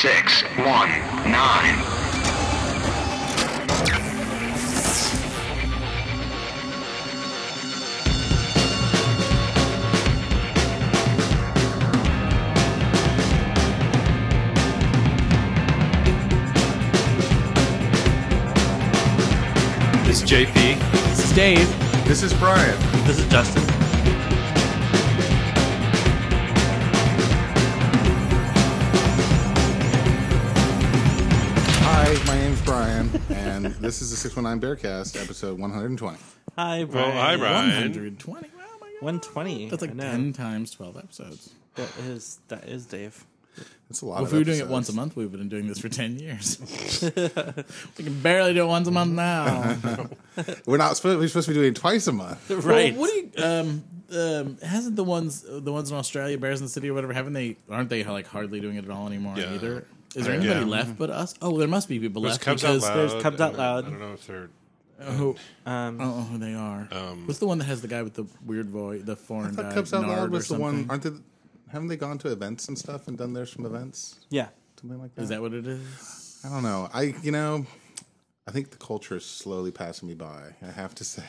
six one nine. This is JP. This is Dave. This is Brian. This is Justin. Hi, my name's Brian, and this is the 619 Bearcast, episode 120. Hi, Brian. Oh, hi, Brian. 120. Oh my god. 120. That's like I know. 10 times 12 episodes. That is, that is Dave. It's a lot Well, of if we were doing it episodes. once a month, we would have been doing this for 10 years. we can barely do it once a month now. We're not supposed, we're supposed to be doing it twice a month. Right. Well, what do you, um, um, hasn't the ones the ones in Australia, Bears in the City or whatever, haven't they, aren't they like hardly doing it at all anymore Yeah. either? Is there anybody Yeah. left but us? Oh, there must be people There's left Cubs Out because Loud. there's Cubs I Out don't- Loud. I don't know if they're. Oh, Um, I don't know who they are. um, What's the one that has the guy with the weird voice, the foreign I thought guy? Cubs Out Nard Loud or was the one. something? Aren't they? Haven't they gone to events and stuff and done theirs from events? yeah. Something like that. Is that what it is? I don't know. I you know, I think the culture is slowly passing me by. I have to say.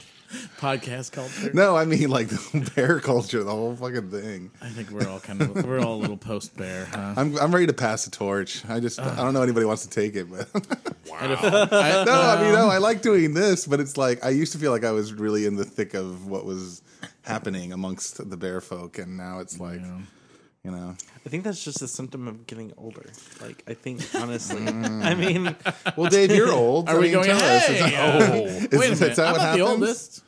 Podcast culture. No, I mean like the bear culture, the whole fucking thing. I think we're all kind of we're all a little post bear, huh? I'm I'm ready to pass the torch. I just I don't know anybody wants to take it, but Um, I- No, I mean, Um, no, I like doing this, but it's like I used to feel like I was really in the thick of what was happening amongst the bear folk, and now it's like, Yeah. you know, I think that's just a symptom of getting older. Like, I think, honestly. I mean, well, Dave, you're old. Are I we mean, going? tell us, is that- Hey, uh, Oh, is- wait a is minute! that I'm what not the happens? oldest.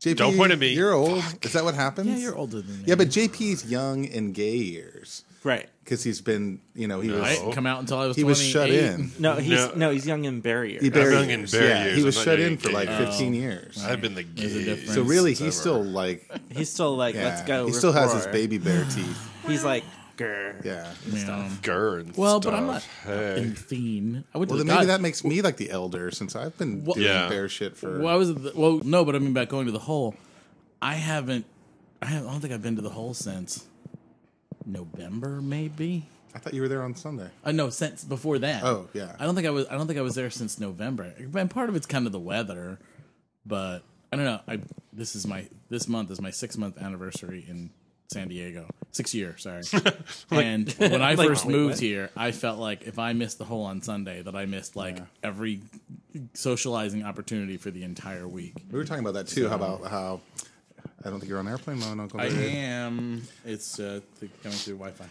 JP, Don't point at me. You're old. Is that what happens? Yeah, you're older than me. Yeah, but JP's young in gay years right. because he's been, you know, he was I didn't come out until I was he was shut 28. in. No, he's No. no, he's young and barrier. He bear young in years. bear yeah, years. he I'm was not shut young in in for gay like years. Oh. 15 years. I've been the a gay. difference. So really, he's Since still ever. like, He's still like, yeah, let's go. he still has his roar. baby bear teeth. He's like, grr. Yeah. Yeah. Grr and Well, stuff. but I'm not Hey. in theme. I went Well, to then the maybe God- that makes me like the elder since I've been Well- doing Yeah. bear shit for. Well, I was at the, well, no, but I mean, back going to the hole, I haven't. I haven't- I don't think I've been to the hole since November, maybe. I thought you were there on Sunday. Uh, no, since before that. Oh, yeah. I don't think I was. I don't think I was there since November. And part of it's kind of the weather, but I don't know. I this is my this month is my six month anniversary in San Diego. Six year, sorry. and when I like, first wait, moved what? here, I felt like if I missed the whole on Sunday, that I missed like every socializing opportunity for the entire week. We were talking about that too. How about how? I don't think you're on airplane mode, Uncle. I Dave. am. It's uh, th- coming through Wi-Fi.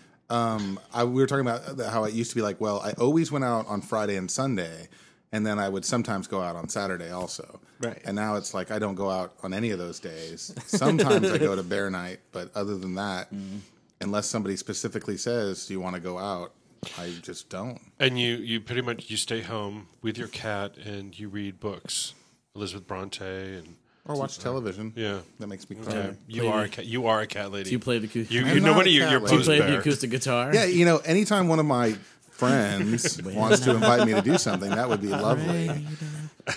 I, we were talking about that- how it used to be like. Well, I always went out on Friday and Sunday, and then I would sometimes go out on Saturday also. Right. And now it's like I don't go out on any of those days. Sometimes I go to bear night, but other than that, Mm-hmm. unless somebody specifically says you want to go out, I just don't. And you, you pretty much you stay home with your cat and you read books, Elizabeth Bronte, and Or watch television. yeah, That makes me cry. yeah. you are a cat, you are a cat lady. Do you play the acou- You, do you I'm nobody. not You're, a cat you're lady. Do you posed play the bear. acoustic guitar? Yeah, you know, anytime one of my friends wants to invite me to do something, that would be lovely.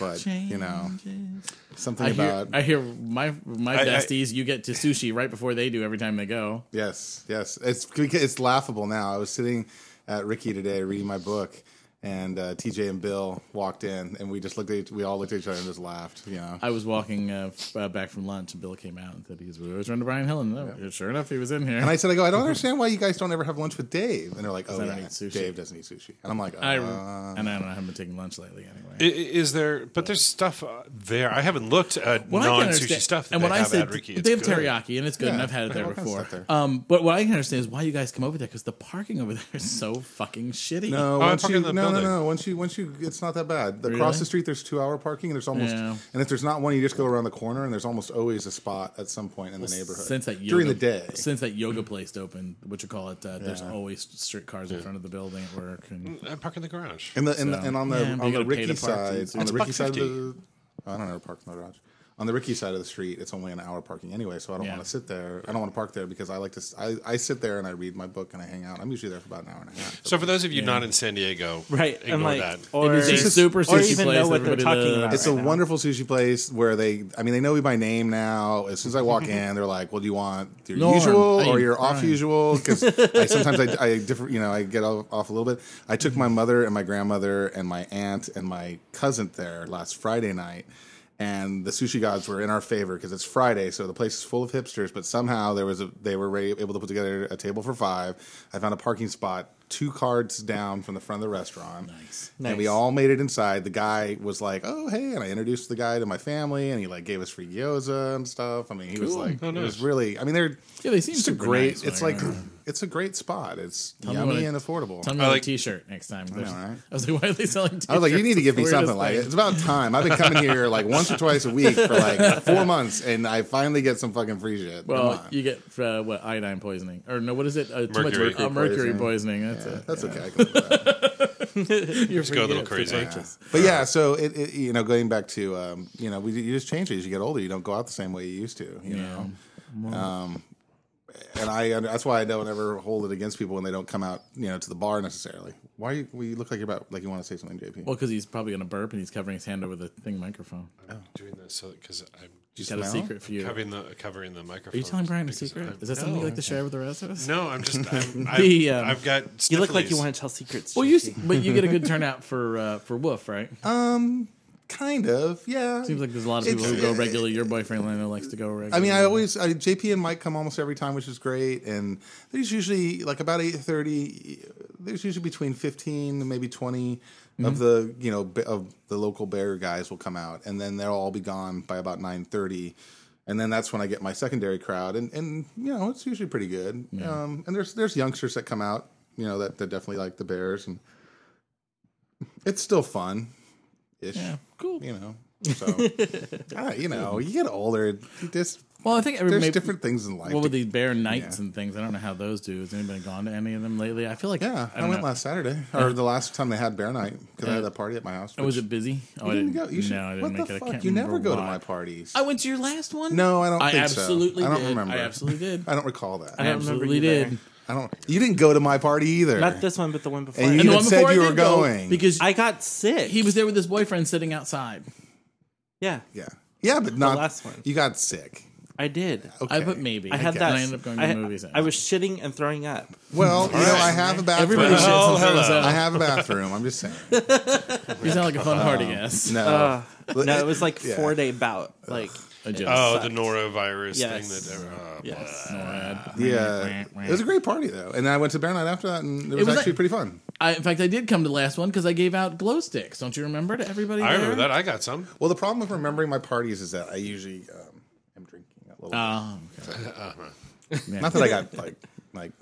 But you know, something I hear, about I hear my my I- I- besties. you get to sushi right before they do every time they go. yes, yes. It's because it's laughable now. I was sitting at Ricky today reading my book, and uh, TJ and Bill walked in, and we just looked at each, we all looked at each other and just laughed. You know, I was walking uh, f- uh, back from lunch, and Bill came out and said he was we always run to Brian Hill, and uh, sure enough, he was in here. and I said, I go, I don't understand why you guys don't ever have lunch with Dave, and they're like, Oh I don't yeah, eat sushi. Dave doesn't eat sushi, and I'm like, uh, I- and I don't know. I haven't been taking lunch lately anyway. I- i- Is there? But there's stuff uh, there. I haven't looked at What I can non sushi understand- stuff. That and they when I have say at Ricky, but It's they have good. teriyaki, and it's good, and Yeah, I've had it they there have all kinds of before. stuff there. Um, but what I can understand is why you guys come over there because the parking over there is so fucking shitty. No, Oh, I'm once talking you, the no, no, building. no. Once you, once you, it's not that bad. Across the street, there's two hour parking. There's almost, Yeah. and if there's not one, you just go around the corner, and there's almost always a spot at some point in the neighborhood Since that yoga, during the day. since that yoga place opened, what you call it, uh, there's Yeah. always street cars in front of the building at work, and I Uh, park in the garage. and the, and, the, and on the Yeah, but on you the gotta pay Ricky to park, side, dude, so on the it's Ricky side of $1.50. the, I don't know, park in the garage. On the Ricky side of the street, it's only an hour parking anyway, so I don't Yeah. want to sit there. I don't want to park there because I like to. s- I, I sit there and I read my book and I hang out. I'm usually there for about an hour and a half. So for those of you not in San Diego, Right. ignore and like, that. Or, It is a super or sushi even place know what they're everybody talking loves. about. It's right a now. wonderful sushi place where they, I mean, they know me by name now. As soon as I walk in, they're like, "Well, do you want your Norm, usual I am or your off crying. usual?" Because I, sometimes I, I differ, you know, I get off, off a little bit. I took my mother and my grandmother and my aunt and my cousin there last Friday night, and the sushi gods were in our favor because it's Friday, so the place is full of hipsters. But somehow there was a, they were ra- able to put together a table for five. I found a parking spot. Two cards down from the front of the restaurant. Nice. And we Nice. all all made it inside. The guy was like, "Oh, hey!" and I introduced the guy to my family, and he like gave us free gyoza and stuff. I mean, he was like, Oh, it was nice. really. I mean, they're Yeah, they seem just a super great. nice when it's I like go around. it's a great spot. It's me yummy what it- and affordable. Tell me I about like- a T-shirt next time. There's- right? I was like, why are they selling? T-shirts? I was like, you need to give me It's the weirdest something like thing. it. It's about time. I've been coming here like once or twice a week for like four months, and I finally get some fucking free shit. Come Well, on. you get uh, what iodine poisoning or no? What is it? Uh, too much Mercury. mercury, uh, mercury poisoning. That's it. that's okay. I can live with that. You're Just go a little crazy. But yeah, so it, it you know going back to um, you know we, you just change it as you get older. You don't go out the same way you used to. You know, um, and I that's why I don't ever hold it against people when they don't come out you know to the bar necessarily. Why you, well, you look like you're about like you want to say something, JP? Well, because he's probably gonna burp and he's covering his hand over the thing microphone. I'm doing this so because I'm He's just got a smell? secret for you. Are covering the covering the microphone. you telling Brian a because secret? I'm- Is that no, something you like to share with the rest of us? No, I'm just. I'm, i The, um, I've got. You look like you sniffles. want to tell secrets. Well, you Jesse. but you get a good turnout for uh, for Woof, right? kind of, yeah. Seems like there's a lot of Um, It's- people who go regularly. Your boyfriend Lando likes to go regularly. I mean, I always I, JP and Mike come almost every time, which is great. And there's usually like about eight thirty. There's usually between fifteen and maybe 20 of the you know b- of the local bear guys will come out, and then they'll all be gone by about nine thirty. And then that's when I get my secondary crowd, and and you know it's usually pretty good. Um, and there's there's youngsters that come out, you know that, that definitely like the bears, and it's still fun, ish. yeah, cool. You know, so ah, you know you get older, this Well, I think every, there's maybe, different things in life. What to- with these bear nights and things? I don't know how those do. Has anybody gone to any of them lately? I feel like yeah, I, don't went know. last Saturday or the last time they had bear night because I had a party at my house. Oh, was which- it busy? Oh, You didn't go. You should. no, I didn't what make the it. I fuck? can't You never remember go to why. my parties. I went to your last one. no, I don't. I think absolutely. So. I don't did. remember. I absolutely did. I don't recall that. I I don't. don't remember absolutely you did. there. You didn't go to my party either. Not this one, but the one before. And you And the even one said before I you were did go, going. because I got sick. he was there with his boyfriend sitting outside. Yeah, yeah, yeah, but not last one. You got sick. I did. Okay. I put maybe. I had guess. that. And I ended up going to I, the movies. I was shitting and throwing up. Well, you know, I have a bathroom. Everybody shits Oh, and throws hello. up. I have a bathroom. I'm just saying. You sound like a fun party guest. No, Uh, no, it was like Yeah. four day bout. Like A joke. Oh, Sucked. the norovirus Yes. thing that. Uh, yes, No ad. yeah, it was a great party though, and I went to bear night after that, and it was, was like- actually pretty fun. I, in fact, I did come to the last one because I gave out glow sticks. Don't you remember to everybody? I there? remember that. I got some. Well, the problem with remembering my parties is that I usually um, am drinking a little. bit. Oh, okay. Uh-huh. Not that I got like like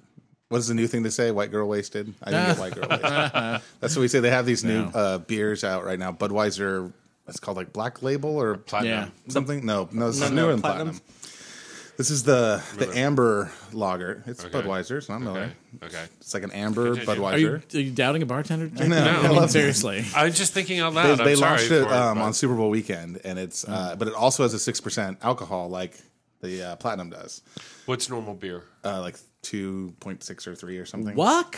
what is the new thing to say? White girl wasted. I didn't get white girl wasted. That's what we say. They have these new No. uh, beers out right now. Budweiser. It's called like Black Label or yeah. Platinum. something. No, no, this No, is no, newer than Platinum. Platinum. This is the the amber lager. It's Okay. Budweiser. It's not Miller. Okay. Okay. It's like an amber Continue. Are you, Budweiser. are you doubting a bartender? No, I love it. seriously. I'm just thinking out They, loud. they I'm sorry launched for it, it, um, but- on Super Bowl weekend, and it's uh, but it also has a six percent alcohol like the uh, Platinum does. What's normal beer? uh, like two point six or three or something. Walk.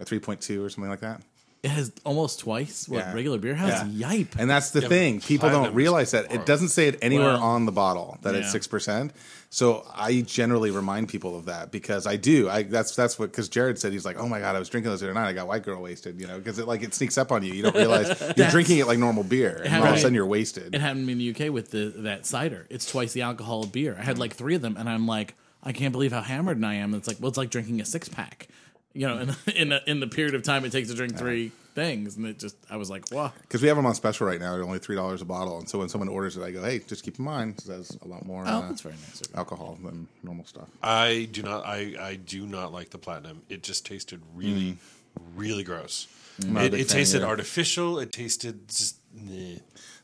A three point two or something like that. It has almost twice what Yeah. regular beer has. Yeah. Yipe. And that's the thing. People platinum don't is realize that. It horrible. doesn't say it anywhere Well, on the bottle that it's yeah. six percent. So I generally remind people of that because I do. I that's that's what because Jared said he's like, oh my god, I was drinking those the other night. I got white girl wasted, you know, because it like it sneaks up on you. You don't realize you're drinking it like normal beer, and all of a happened- sudden you're wasted. It happened to me in the UK with the that cider. It's twice the alcohol of beer. I Mm. had like three of them, and I'm like, I can't believe how hammered I am. And it's like, well, it's like drinking a six pack, you know, in in, a, in the period of time it takes to drink three things, and it just, I was like, wow. Because we have them on special right now. They're only three dollars a bottle, and so when someone orders it, I go, hey, just keep in mind because that's a lot more Oh, uh, that's very nice. of you. alcohol than normal stuff. I do not. I I do not like the platinum. It just tasted really, really gross. not a It, big it fan tasted either. artificial. It tasted just. meh.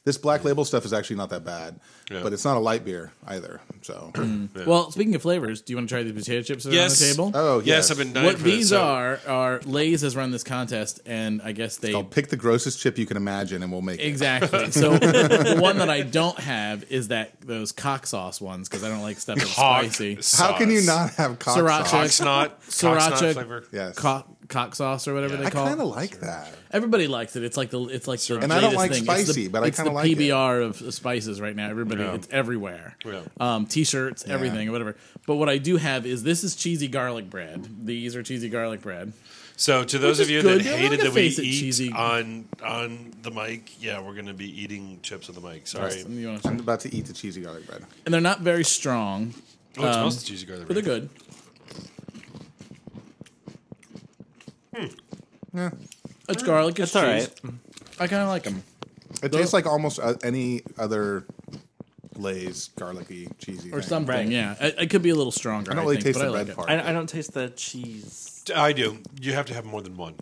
This black label stuff is actually not that bad, Yeah. but it's not a light beer either. So Well, speaking of flavors, do you want to try the potato chips that Yes. are on the table? Oh, yes. yes. I've been dying what for these this, so- are are Lay's has run this contest, and I guess they I'll pick the grossest chip you can imagine, and we'll make it. exactly. So the one that I don't have is that those cock sauce ones because I don't like stuff that's Cock spicy. How can you sauce. not have cock Sriracha. sauce? Cock's not Cock's Sriracha- not flavor. Yes, Cock, cock sauce or whatever Yeah. they I call. kind of it. like that. Everybody likes it. It's like the it's like the And I don't latest like thing. It's the- spicy, but I it's kinda the like it. PBR of spices right now. Everybody, Yeah. it's everywhere. Yeah. Um, t-shirts, everything, whatever. But what I do have is this is cheesy garlic bread. These are cheesy garlic bread. So to those Which of is you good. that They're hated gonna that we face it eat cheesy. on on the mic, yeah, we're gonna be eating chips on the mic. Sorry. You wanna try? I'm about to eat the cheesy garlic bread. And they're not very strong, Oh, it smells cheesy garlic. Um, but they're good. Hmm. Yeah. It's garlic. It's It's all cheese. right. I kind of like them. It tastes like almost uh, any other Lay's garlicky cheesy or thing. something. Right. Yeah, it, it could be a little stronger. I don't really think, taste but the I like red it. part. I, I don't taste the cheese. I do. You have to have more than one.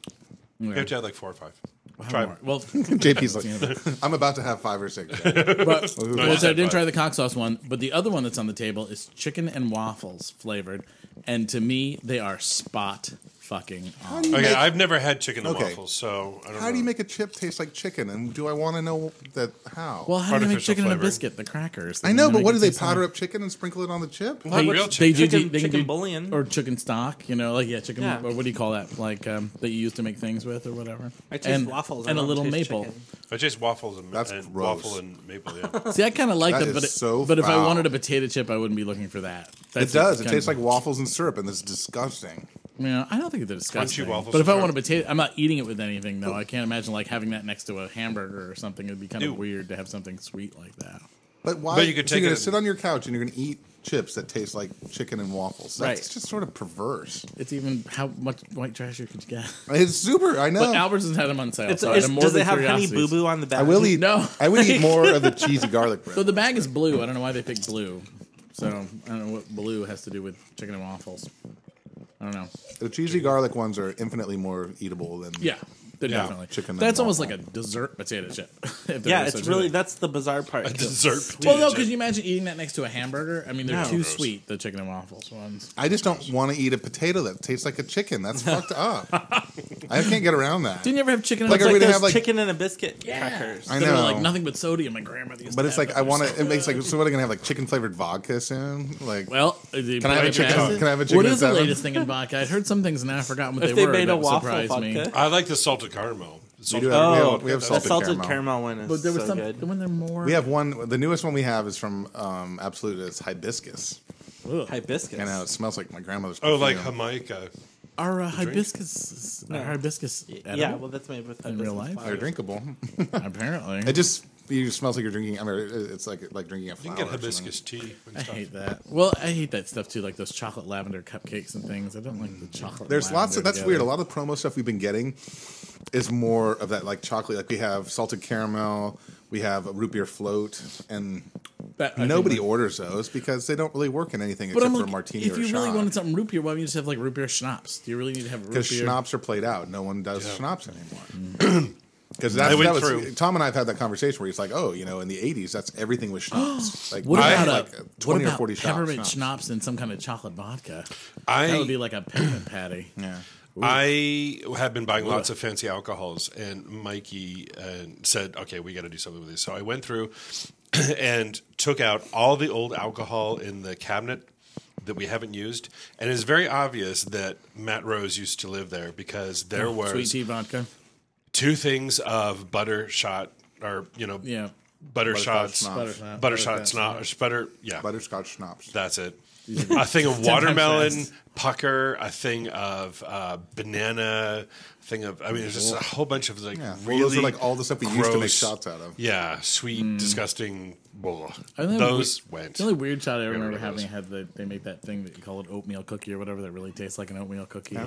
You Yeah. have to have like four or five. How Try. more? Well, JP's like, I'm about to have five or six. but, well, so I But- didn't try the cock sauce one, but the other one that's on the table is chicken and waffles flavored, and to me they are spot fucking on. do you Okay, make- I've never had chicken and Okay. waffles, so I don't How know. do you make a chip taste like chicken? And do I want to know that how? Well, how do you make Artificial chicken and a flavoring. biscuit? The crackers. I know, but what do they powder up chicken and sprinkle it on the chip? They, Real they do Chicken- do- they can chicken do- bouillon. or chicken stock, you know, like yeah, chicken Yeah. or what do you call that? Like um, that you use to make things with or whatever. I taste and, waffles. I and a don't little taste maple. chicken. I taste waffles and, That's and gross. waffle and maple. Yeah. See, I kind of like That that, is but it- so but if I foul. wanted a potato chip, I wouldn't be looking for that. It That's does. It kinda- tastes like waffles and syrup, and it's disgusting. Yeah, I don't think they're disgusting. waffles But if I with want a potato, I'm not eating it with anything though. I can't imagine like having that next to a hamburger or something. It'd be kind Ew. of weird to have something sweet like that. But why? But you could so take it you're gonna and- sit on your couch and you're gonna eat chips that taste like chicken and waffles. That's Right. just sort of perverse. It's even how much white trash you could get. It's super. I know. But Albertsons had them on sale. It's, so I it's, had more does than it have honey boo curiosities. boo on the back? I will eat. No. I would eat more of the cheesy garlic bread. So the bag is blue. I don't know why they picked blue. So I don't know what blue has to do with chicken and waffles. I don't know. The cheesy garlic ones are infinitely more eatable than Yeah, they're Yeah, definitely chicken and That's almost like waffle. a dessert potato chip. if there Yeah, is it's such a really thing. that's the bizarre part. A dessert. Well, no, potato because you chip. imagine eating that next to a hamburger. I mean, they're No. too Gross. sweet. The chicken and waffles ones. I just don't want to eat a potato that tastes like a chicken. That's fucked up. I can't get around that. Didn't you ever have chicken and Like waffles? a It's We're gonna like those have, like- chicken and a biscuit crackers. I They were know. like nothing but sodium. My grandmother used. but to it's have like them. I want They're so to. It makes like good. somebody gonna have like chicken flavored vodka soon. Like Well, can I have a chicken- can I have a What chicken is the salad? latest thing in vodka? I'd heard some things and I forgot what if they they were. made that a waffle surprised me. vodka, I like the salted caramel. Salted do have- caramel. have- oh, we have the salted salted caramel. caramel one is But there was so some. good. When they're more. we have one. The newest one we have is from um, Absolute. It's hibiscus. Ugh. hibiscus. And now it smells like my grandmother's. Oh, like perfume. Jamaica. Are uh, hibiscus? Are No. hibiscus? yeah, edible? well, that's made with In real life? they're drinkable. apparently. It just it smells like you're drinking. I mean, it- it's like like drinking a You flower. can get or something. hibiscus tea. and I stuff. hate that. Well, I hate that stuff too, like those chocolate lavender cupcakes and things. I don't like the chocolate. Mm. There's lots of lavender that's weird. A together. lot of the promo stuff we've been getting is more of that like chocolate. Like we have salted caramel, we have a root beer float, and That- I think nobody like- orders those because they don't really work in anything But except I'm for a like, martini if or you a really wanted shot. something root beer, why don't you just have like root beer schnapps? Do you really need to have root beer? Because schnapps are played out. No one does Yeah. schnapps anymore. Mm. Because that's I went that was, through- Tom and I have had that conversation where he's like, "Oh, you know, in the '80s, that's everything was schnapps. Like we What about had, a like what twenty about or forty shots peppermint schnapps. schnapps and some kind of chocolate vodka? I that would be like a peppermint patty. Yeah. I have been buying lots of fancy alcohols, and Mikey uh, said, "Okay, we got to do something with this." So I went through and took out all the old alcohol in the cabinet that we haven't used, and it's very obvious that Matt Rose used to live there because there was Oh, Sweet tea vodka. two things of butter shot or you know Yeah. butter shots, schnapps. Butter Butter schnapps. butter shots, not butter, yeah, Butterscotch schnapps. that's it. A thing of watermelon fast. pucker, a thing of uh, banana, thing of I mean, there's just a whole bunch of like Yeah. Well, really those are like all the stuff we used to make gross- shots out of. Yeah, sweet, disgusting. blah. Mm. I think Those we- went. The only weird shot I rid remember of having those. had the, they make that thing that you call it oatmeal cookie or whatever that really tastes like an oatmeal cookie.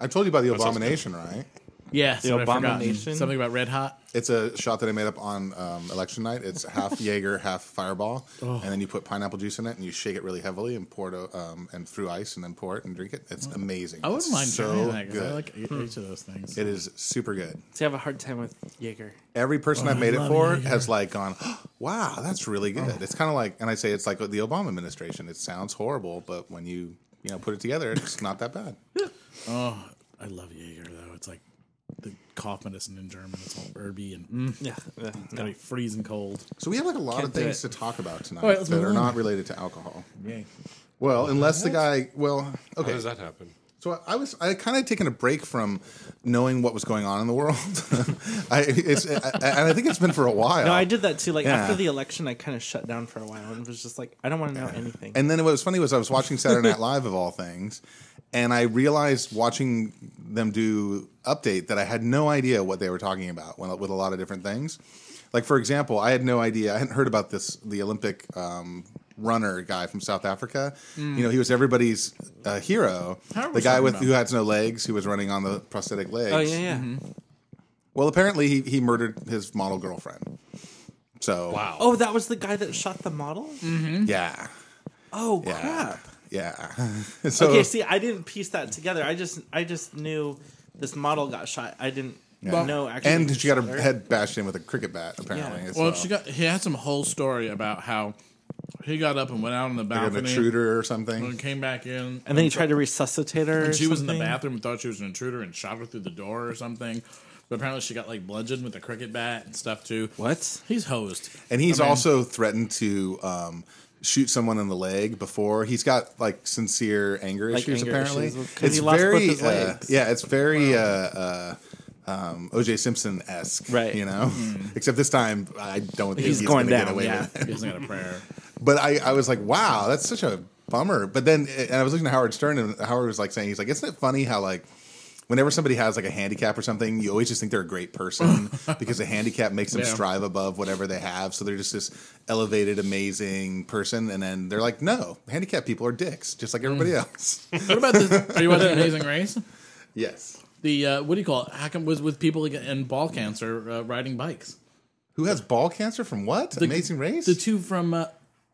I told you about the sounds abomination, right? Yeah, so I forgot. Abomination? Something about Red Hot. It's a shot that I made up on um, election night. It's half Jaeger, half Fireball, Oh. and then you put pineapple juice in it and you shake it really heavily and pour it o- um, and through ice and then pour it and drink it. It's amazing. I wouldn't It's mind trying so that because I good. like e- each of those things. It is super good. See, I have a hard time with Jaeger. Every person I've made it love for Jaeger. has like gone, wow, that's really good. It's kind of like, and I say it's like the Obama administration. It sounds horrible, but when you you know put it together, it's not that bad. Oh, I love Jaeger though. It's like the cough medicine in German. It's all herby and mm, Yeah. yeah, gotta be freezing cold. So we have like a lot Can't of do things to it. talk about tonight right, let's that move are on. not related to alcohol. Yay. Well, unless the guy, well, How okay. does that happen? So I was I kind of taken a break from knowing what was going on in the world. I, it's, I, and I think it's been for a while. No, I did that too. Like Yeah. after the election, I kind of shut down for a while and was just like, I don't want to know anything. And then what was funny was I was watching Saturday Night Live of all things, and I realized watching them do update that I had no idea what they were talking about when, with a lot of different things. Like for example, I had no idea. I hadn't heard about this the Olympic um, runner guy from South Africa. You know, he was everybody's uh, hero. How are we the guy talking with about who had no legs, who was running on the prosthetic legs. oh yeah, yeah. Well, apparently he, he murdered his model girlfriend. So Wow. Oh, that was the guy that shot the model. Mm. yeah, Oh yeah, crap. yeah. so okay, see, I didn't piece that together. I just, I just knew this model got shot. I didn't know actually. and who she got her shot head bashed in with a cricket bat. Apparently, uh, Yeah. so Well, she got. He had some whole story about how he got up and went out on the like an balcony intruder or and something. came back in. And then he tried to resuscitate her. or she was in the something. bathroom and thought she was an intruder and shot her through the door or something. But apparently she got like bludgeoned with a cricket bat and stuff too. What? He's hosed. And he's also threatened to um, shoot someone in the leg before. He's got like sincere anger Like, issues. anger apparently, issues with- 'cause he lost both his uh, legs. yeah, it's very. Uh, uh, um, OJ Simpson esque, Right. You know, Hmm. except this time I don't think He's he's, going going to get down, away yeah. with it. He hasn't got a prayer. But I, I was like, wow, that's such a bummer. But then, and I was looking at Howard Stern, and Howard was like saying, he's like, isn't it funny how like. Whenever somebody has like a handicap or something, you always just think they're a great person because a handicap makes them Yeah. strive above whatever they have. So they're just this elevated, amazing person. And then they're like, no, handicapped people are dicks, just like everybody Mm. else. What about this? Are you watching Amazing Race? yes. The uh, what do you call it? Hackam was with people in ball cancer uh, riding bikes. Who has ball cancer from what? Amazing Race? The two from uh,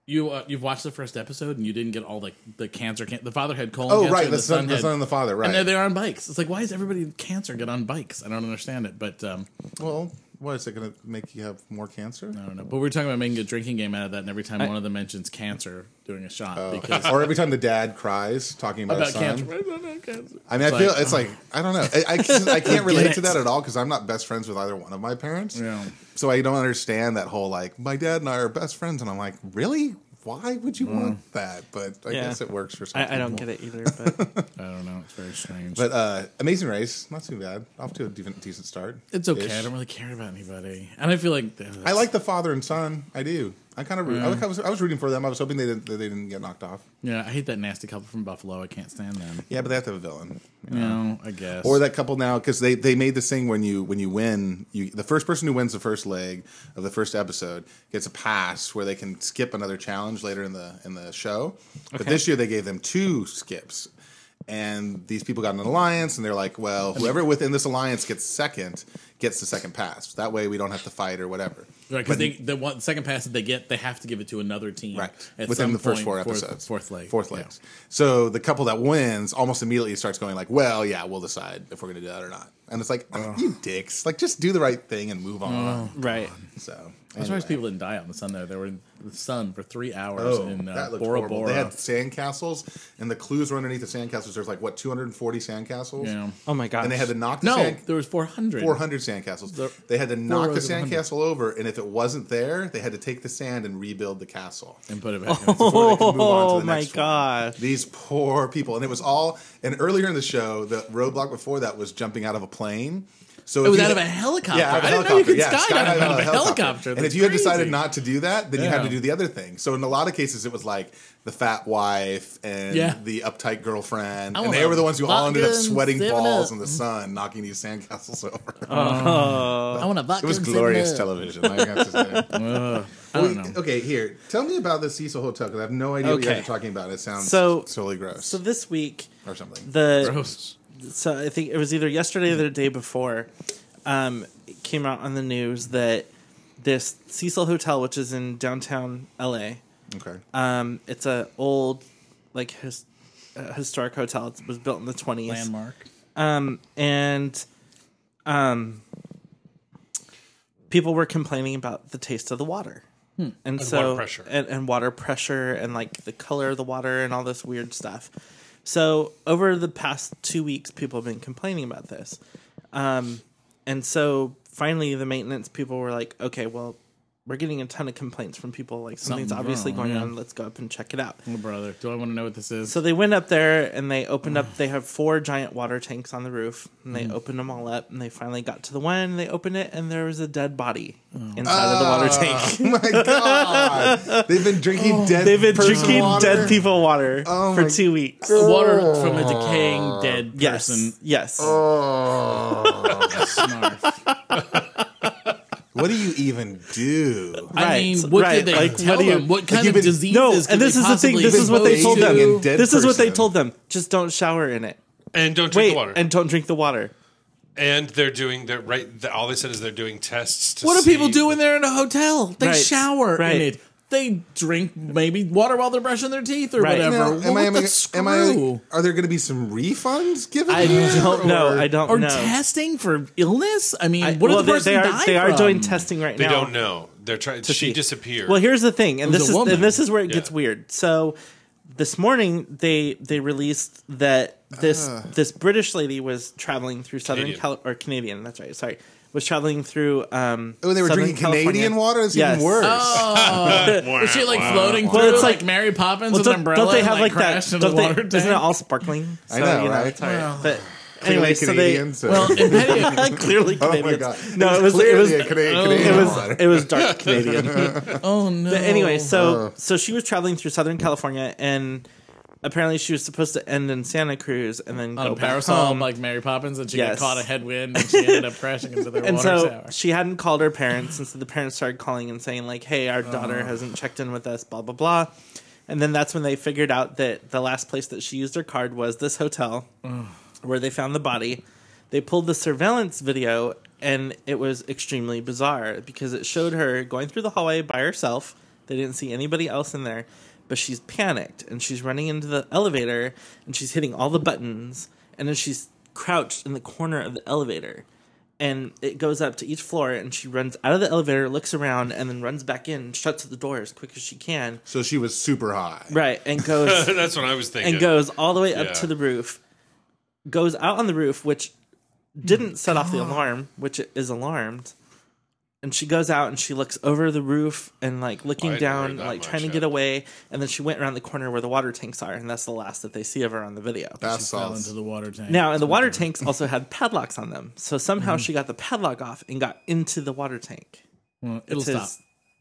you uh, you've watched the first episode and you didn't get all the the cancer. Can- the father had colon. oh, cancer, right. and The the son, the had- son and the father, right. And they're, they're on bikes. It's like why is everybody with cancer get on bikes? I don't understand it, but um, well, what is it going to make you have more cancer? I don't know. But we were talking about making a drinking game out of that, and every time one of them mentions cancer, doing a shot because Oh. or every time the dad cries talking about, his about son. cancer. Why is that not cancer? I mean, I It's feel like, it's like I don't know. I, I, can't- I can't relate it. to that at all because I'm not best friends with either one of my parents. Yeah. So I don't understand that whole like my dad and I are best friends, and I'm like, really? Why would you Mm. want that? But I Yeah. guess it works for some. I, I don't people. get it either. But I don't know. It's very strange. But uh, Amazing Race, not too bad. Off to a decent, decent start. it's okay. Ish. I don't really care about anybody, and I feel like I like the father and son. I do. I kind of. Mm. I, was, I was rooting for them. I was hoping they didn't, that they didn't get knocked off. Yeah, I hate that nasty couple from Buffalo. I can't stand them. Yeah, but they have to have a villain. You know, I guess. or that couple now because they they made this thing when you when you win you the first person who wins the first leg of the first episode gets a pass where they can skip another challenge later in the in the show but this year they gave them two skips and these people got an alliance and they're like well whoever within this alliance gets second gets the second pass that way we don't have to fight or whatever Right, because they the one second pass that they get, they have to give it to another team. Right. at Within some the first point, four fourth- episodes. fourth leg, Fourth legs. So the couple that wins almost immediately starts going like, well, yeah, we'll decide if we're going to do that or not. And it's like, you dicks. Like, just do the right thing and move on. right. So. I'm anyway. surprised people didn't die out in the sun. Though they were in the sun for three hours Oh, in uh, that looked Bora horrible. Bora. They had sandcastles, and the clues were underneath the sandcastles. There's like, what, 240 sandcastles? Yeah. Oh my god. And they had to knock the no, sand- there was 400. 400 sandcastles. they had to knock the rows of 100. sandcastle over, and if it wasn't there, they had to take the sand and rebuild the castle. and put it back. before they could move on to Oh the my next one. gosh. These poor people, and it was all. And earlier in the show, the roadblock before that was jumping out of a plane. So It if was you out had- of a helicopter. Yeah, out of a I didn't know you helicopter. could Yeah, skydive out of a helicopter. And That's if you had decided crazy. not to do that, then you had Yeah. to do the other thing. So in a lot of cases, it was like the fat wife and Yeah. the uptight girlfriend, I and want they a were the ones who all ended up vodka and sweating 7 balls Up. in the sun, knocking these sandcastles over. I want to vodka. it was and glorious cinnamon. television. I have to say. Uh, I don't know. Okay, here. Tell me about the Cecil Hotel because I have no idea what Okay. you're talking about. It sounds So- so, totally gross So this week, or something. the Gross. so I think it was either yesterday or the day before. Um, it came out on the news that this Cecil Hotel, which is in downtown LA, Okay. um, it's a old like his, uh, historic hotel. It was built in the twenties. landmark. um, and um, people were complaining about the taste of the water, Hmm. and, so water pressure. and, and water pressure and like the color of the water and all this weird stuff. So over the past two weeks, people have been complaining about this, um, and so finally the maintenance people were like, okay, well. We're getting a ton of complaints from people like something's Something's obviously wrong, going yeah. on. Let's go up and check it out. Oh, brother, do I want to know what this is? So they went up there and they opened up. They have four giant water tanks on the roof, and Mm. they opened them all up. And they finally got to the one. And they opened it, and there was a dead body Oh. inside of the water tank. Oh my god! They've been drinking dead. Oh, They've been person drinking water? dead people water Oh for my two weeks. Water from a decaying dead Yes, person. yes. Oh, Snarf. what do you even do? I Right, mean, what right, did they like, what tell do you- them? What kind you've of been- diseases? No, could and this they is the thing. possibly This is what they be told bathing them. in dead This is what they person? told them. Just don't shower in it. And don't drink Wait, the water. and don't drink the water. And they're doing they're right. The, all they said is they're doing tests. To What do see- people do when they're in a hotel? They Right, shower right. in it. They drink maybe water while they're brushing their teeth or Right. whatever. Now, Well, what the am I- screw? Are there going to be some refunds given? I here, don't know. or- I don't or know. testing for illness? I mean, I- what well, did they, the person they are die they are from? doing testing right They now. don't know. They're trying. She see. disappeared. Well, here's the thing, and was this a is woman. and this is where it gets Yeah. weird. So this morning they they released that this Ah. this British lady was traveling through Southern Canadian. Cali- or Canadian. That's right. Sorry, was traveling through. Um, Oh, they were Southern drinking California. Canadian water. That's Yes. even worse. Oh, Is she like floating Well, through it's like, like- Mary Poppins Well, with an don't, umbrella? don't they and, have like, crashed that? into Don't the they, water isn't it tank? all sparkling? I know, right? it's all Well. But anyway, so they Canadians, uh, Well, and Patty- clearly oh my Canadians. god! No, it was it clearly was Oh. a Canadian, it Canadian was water. it was dark Canadian. oh no. But anyway, so so she was traveling through Southern California, and apparently she was supposed to end in Santa Cruz and then on go a back parasol home. like Mary Poppins, and she Yes. got caught a headwind, and she ended up crashing into the and water so tower. she hadn't called her parents, and so the parents started calling and saying like, "Hey, our daughter Uh. hasn't checked in with us," blah blah blah. And then that's when they figured out that the last place that she used her card was this hotel, where they found the body. They pulled the surveillance video, and it was extremely bizarre because it showed her going through the hallway by herself. They didn't see anybody else in there, but she's panicked and she's running into the elevator and she's hitting all the buttons, and then she's crouched in the corner of the elevator. And it goes up to each floor, and she runs out of the elevator, looks around, and then runs back in, and shuts the door as quick as she can. so she was super high. Right, and goes That's what I was thinking. and goes all the way up Yeah. to the roof, goes out on the roof, which didn't set off the alarm, which it is alarmed. And she goes out and she looks over the roof and like I looking hadn't down, heard that like much trying to yet. get away. And then she went around the corner where the water tanks are, and that's the last that they see of her on the video. That's fell all. into the water tank. Now, and the water tanks also had padlocks on them, so somehow Mm-hmm. she got the padlock off and got into the water tank. Well, it'll It's his, stop.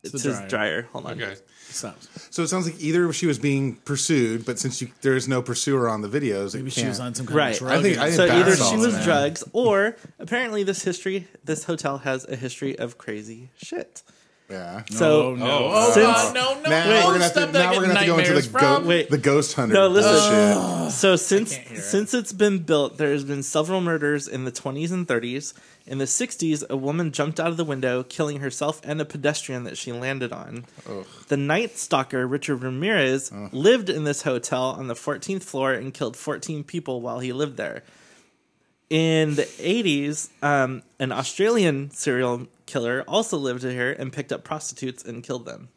It's, the his dryer. dryer. Hold on. Okay. It stops. So it sounds like either she was being pursued, but since you, there is no pursuer on the videos, it Maybe she can't. was on some kind of Right. drug. I think- I or think So something. either Bath she salts, was man. drugs, or apparently this history, this hotel has a history of crazy shit. Yeah. So Oh no! Oh, Oh, since- God, no! No! now no, we're gonna have to, stuff that now I we're get gonna have to go into the nightmares from. goat, Wait. the ghost hunter. No, listen. Uh, bullshit. so since can't hear it. since it's been built, there has been several murders in the 20s and 30s. In the 60s, a woman jumped out of the window, killing herself and a pedestrian that she landed on. The night stalker Richard Ramirez lived in this hotel on the 14th floor and killed 14 people while he lived there. In the 80s, um, an Australian serial killer also lived here and picked up prostitutes and killed them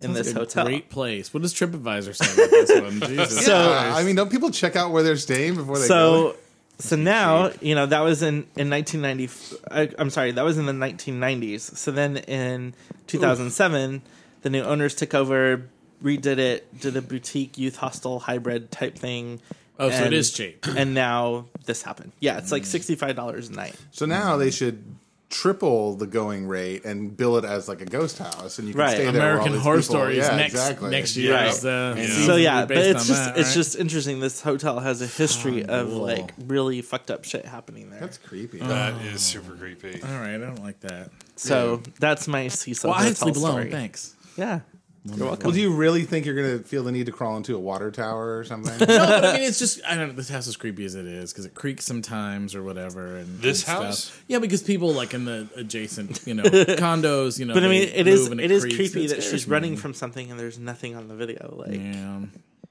in this hotel. Great place. What does TripAdvisor say about this one? Jesus. So- Uh, I mean, don't people check out where they're staying before they go? so so now you know that was in in 1990 I, i'm sorry that was in the 1990s so then in 2007 the new owners took over redid it did a boutique youth hostel hybrid type thing Oh, so it is cheap. Mm. and now this happened yeah it's like $65 a night So now they should triple the going rate and bill it as like a ghost house, and you can Right. stay there. where all American these Horror people- Stories yeah, next exactly. next year. Right. Is, uh, Yeah. so season yeah based but it's on just that, it's right? just interesting this hotel has a history of like really fucked up shit happening there That's creepy. Uh, That is super creepy. All right, I don't like that. so that's my seaside Well, I hotel sleep alone. story. Thanks. yeah You're welcome. Well, do you really think you're going to feel the need to crawl into a water tower or something? but I mean, it's just I don't know. This house is creepy as it is because it creaks sometimes or whatever. And This and stuff. house? yeah, because people like in the adjacent, you know, condos, you know. but I mean, they it is move and it is creaks. creepy It that she's scares me. running from something and there's nothing on the video. Like, Yeah,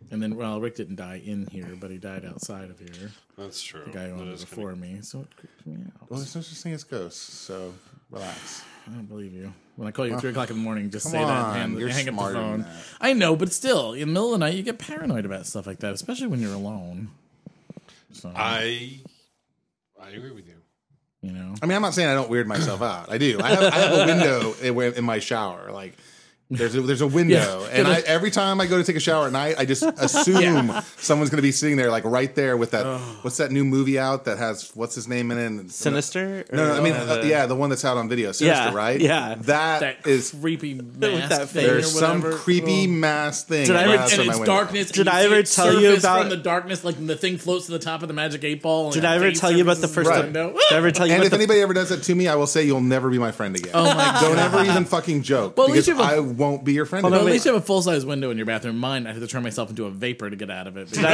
and then well, Rick didn't die in here, but he died outside of here. That's true. The guy who That owned it is kinda- before me, so it creeps me out. well, there's no such thing as ghosts, so relax. I don't believe you. When I call you at three o'clock in the morning, just Come say that and on, hand- you're hang up the smarter than phone. that. I know, but still, in the middle of the night, you get paranoid about stuff like that, especially when you're alone. So I I agree with you. you know, I mean, I'm not saying I don't weird myself out. I do. I have, I have a window in, where- in my shower. Like, there's a, there's a window, Yeah. and I, every time I go to take a shower at night, I just assume someone's going to be sitting there, like right there with that. What's that new movie out that has what's his name in it? And- sinister? No, no, Or- I mean, uh, uh, yeah, the one that's out on video, Sinister, Yeah, right? yeah. that that is. creepy mask that thing. face. or There's some whatever. creepy mass thing. Did I ever- outside and my it's window. darkness. and Did you I see ever it tell you surface about- from the darkness? Like the thing floats to the top of the magic eight ball. and Did it I ever fades tell you about surfaces the first? Right. the Time, window. Did I ever tell you And about if the anybody ever does that to me, I will say you'll never be my friend again. Oh my Don't ever even fucking joke Well, at least because you have I a- won't be your friend. Hold But on, at again. least you have a full size window in your bathroom. Mine, I had to turn myself into a vapor to get out of it. Did I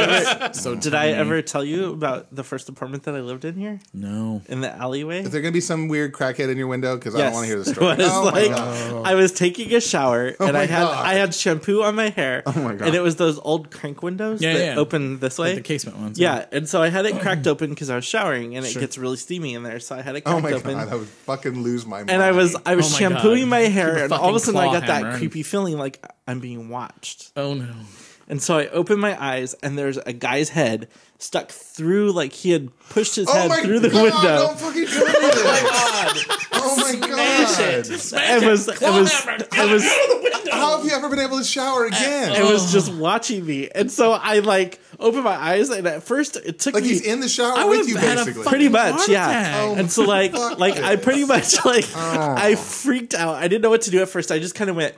ever, so did I ever tell you about the first apartment that I lived in here No. in the alleyway? Is there going to be some weird crackhead in your window? Because I don't want to hear the story. It was Oh my like God. Oh I was taking a shower and my I had God. I had shampoo on my hair. Oh my God. And it was those old crank windows Yeah, that yeah. open this way. Like the casement ones. yeah, and so I had it cracked open because I was showering and it Sure. gets really steamy in there. So I had it cracked oh my open. God, I would fucking lose my mind. and I was I was Oh my shampooing God. my Keep a hair, and all of fucking a sudden I claw got hammer that and- creepy feeling like I'm being watched. Oh no. And so I opened my eyes, and there's a guy's head stuck through, like he had pushed his oh head my through the God, window. Don't fucking do this. oh my God. It was it was it was How have you ever been able to Uh, shower again? it Oh. was just watching me, and so I like opened my eyes, and at first it took like me. he's in the shower I with would've you, had a basically. Pretty much, Heart yeah. attack. and so, like, fuck like I this. pretty much like Ah. I freaked out. I didn't know what to do at first. I just kind of went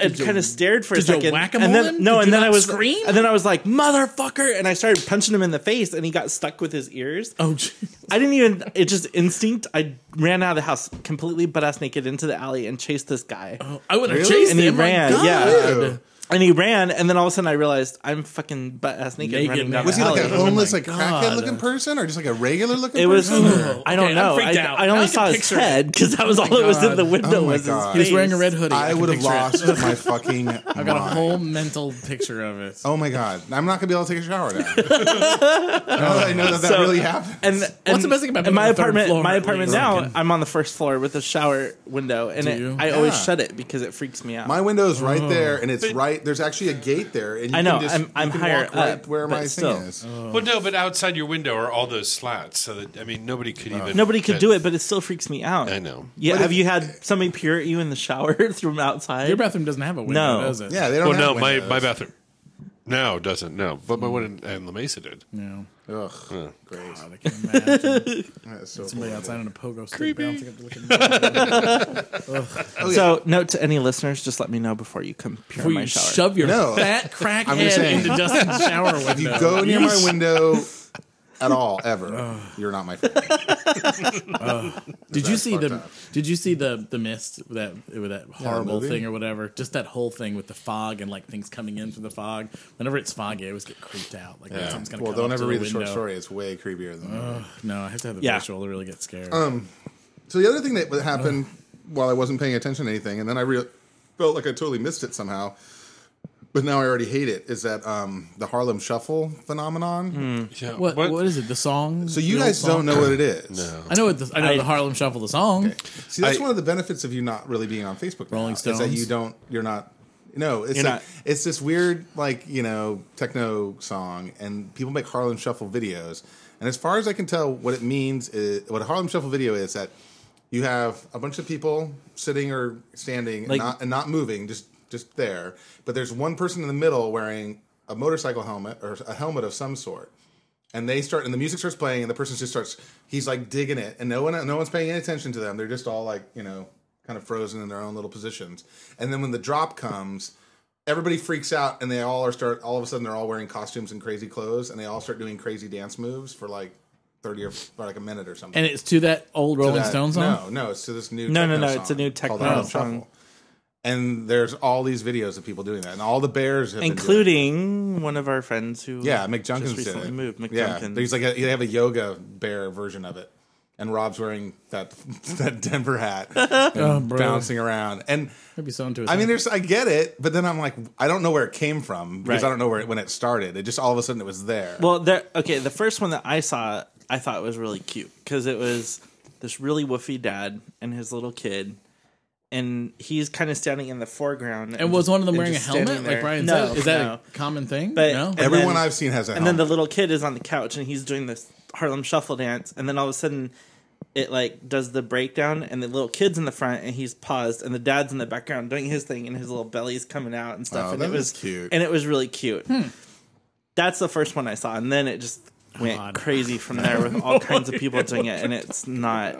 and kind of stared for a did you second. whack 'em and all then in? no, Did and you then not I was scream? and then I was like motherfucker, and I started punching him in the face, and he got stuck with his ears. Oh, jeez. I didn't even. It just instinct. I ran out of the house completely butt ass naked into the alley and chased this guy. I would have Really? chased and he him. My ran. God. Yeah. Ew. And he ran, and then all of a sudden I realized I'm fucking butt ass naked, Naked, running down man. Was the he like alley. a homeless, like God. crackhead looking person, or just like a regular looking? oh it was. person? I don't Okay, I'm know. freaked I, out. I Now I only can saw his picture it. head because that was all that was in the Oh window. my was his God. He was face. wearing a red hoodie. I can would have picture it. lost my fucking. I got a whole mental picture of it. Oh my god! I'm not gonna be able to take a shower now. now that I know that that So- really happened. And, and the best thing about and being my on the third apartment? floor, my at apartment least? now. Fucking- I'm on the first floor with a shower window, and you? it, I always Yeah. shut it because it freaks me out. My window is right there, and it's right. There's actually a gate there, and you I know, Can just, I'm- you I'm can higher walk right up, where but my still. Oh. thing is. Well, no, but outside your window are all those slats, so that I mean nobody could even Nobody could do it, but it still freaks me out. I know. Yeah, have you had somebody peer at you in the shower from outside? Your bathroom doesn't have a window, No. does it? Yeah, they don't. Well, no, have my, windows. my bathroom now doesn't. No, but my one in, in La Mesa did. No. Ugh, great. God, I can imagine That's so somebody horrible. outside on a pogo stick Creepy. bouncing up to look at me. Oh, So, note to any listeners: just let me know before you come peer Before in my you shower. shove your No. fat crack I'm head just saying. into Justin's shower window. If you go near my window at all, ever, you're not my friend. Did you That's see the? fucked up. Did you see the the mist that with that horrible movie? thing or whatever? Just that whole thing with the fog and like things coming in through the fog. Whenever it's foggy, I always get creeped out. Like yeah. something's gonna. Well, come don't up ever to read the short window. story. It's way creepier than. that. No, I have to have the Yeah. visual to really get scared. Um, So the other thing that happened while I wasn't paying attention to anything, and then I re- felt like I totally missed it somehow, but now I already hate it, is that um, the Harlem Shuffle phenomenon. Hmm. Yeah. what, what is it? The song? So you guys don't know what it is. No. I know. What the, I know I- the Harlem Shuffle, the song. See, that's I- one of the benefits of you not really being on Facebook. now, Rolling is that Stones? you don't. You're not. No, it's You're like, not- it's this weird like you know techno song, and people make Harlem Shuffle videos. And as far as I can tell, what it means is what a Harlem Shuffle video is that you have a bunch of people sitting or standing and, Like- not, and not moving, just just there. But there's one person in the middle wearing a motorcycle helmet or a helmet of some sort and they start and the music starts playing and the person just starts he's like digging it and no one no one's paying any attention to them they're just all like you know kind of frozen in their own little positions and then when the drop comes everybody freaks out and they all are start all of a sudden they're all wearing costumes and crazy clothes and they all start doing crazy dance moves for like 30 or for like a minute or something And it's to that old Rolling that- Stones song. no no it's to this new No, no, techno no, it's a song new called techno Harlem song. And there's all these videos of people doing that, and all the bears, have been doing it. including one of our friends who yeah, McJunkins just did recently it. moved. Yeah, McJunkins. there's like a, they have a yoga bear version of it, and Rob's wearing that that Denver hat, and Oh, bouncing around, and Maybe so into his I mean, head. there's I get it, but then I'm like, I don't know where it came from because Right. I don't know where it, when it started. It just all of a sudden it was there. Well, there. Okay, the first one that I saw, I thought was really cute because it was this really woofy dad and his little kid, and he's kind of standing in the foreground. and was just- one of them and wearing a just standing helmet, there. like Brian no, said? Is that no. a common thing? But- no, and- Everyone then- I've seen has a and then helmet. the little kid is on the couch and he's doing this Harlem shuffle dance, and then all of a sudden it like does the breakdown, and the little kid's in the front and he's paused, and the dad's in the background doing his thing, and his little belly's coming out and stuff, Oh, and that it is was cute. and it was really cute. Hmm. That's the first one I saw, and then it just went God. crazy from there with all kinds of people doing it, and it's not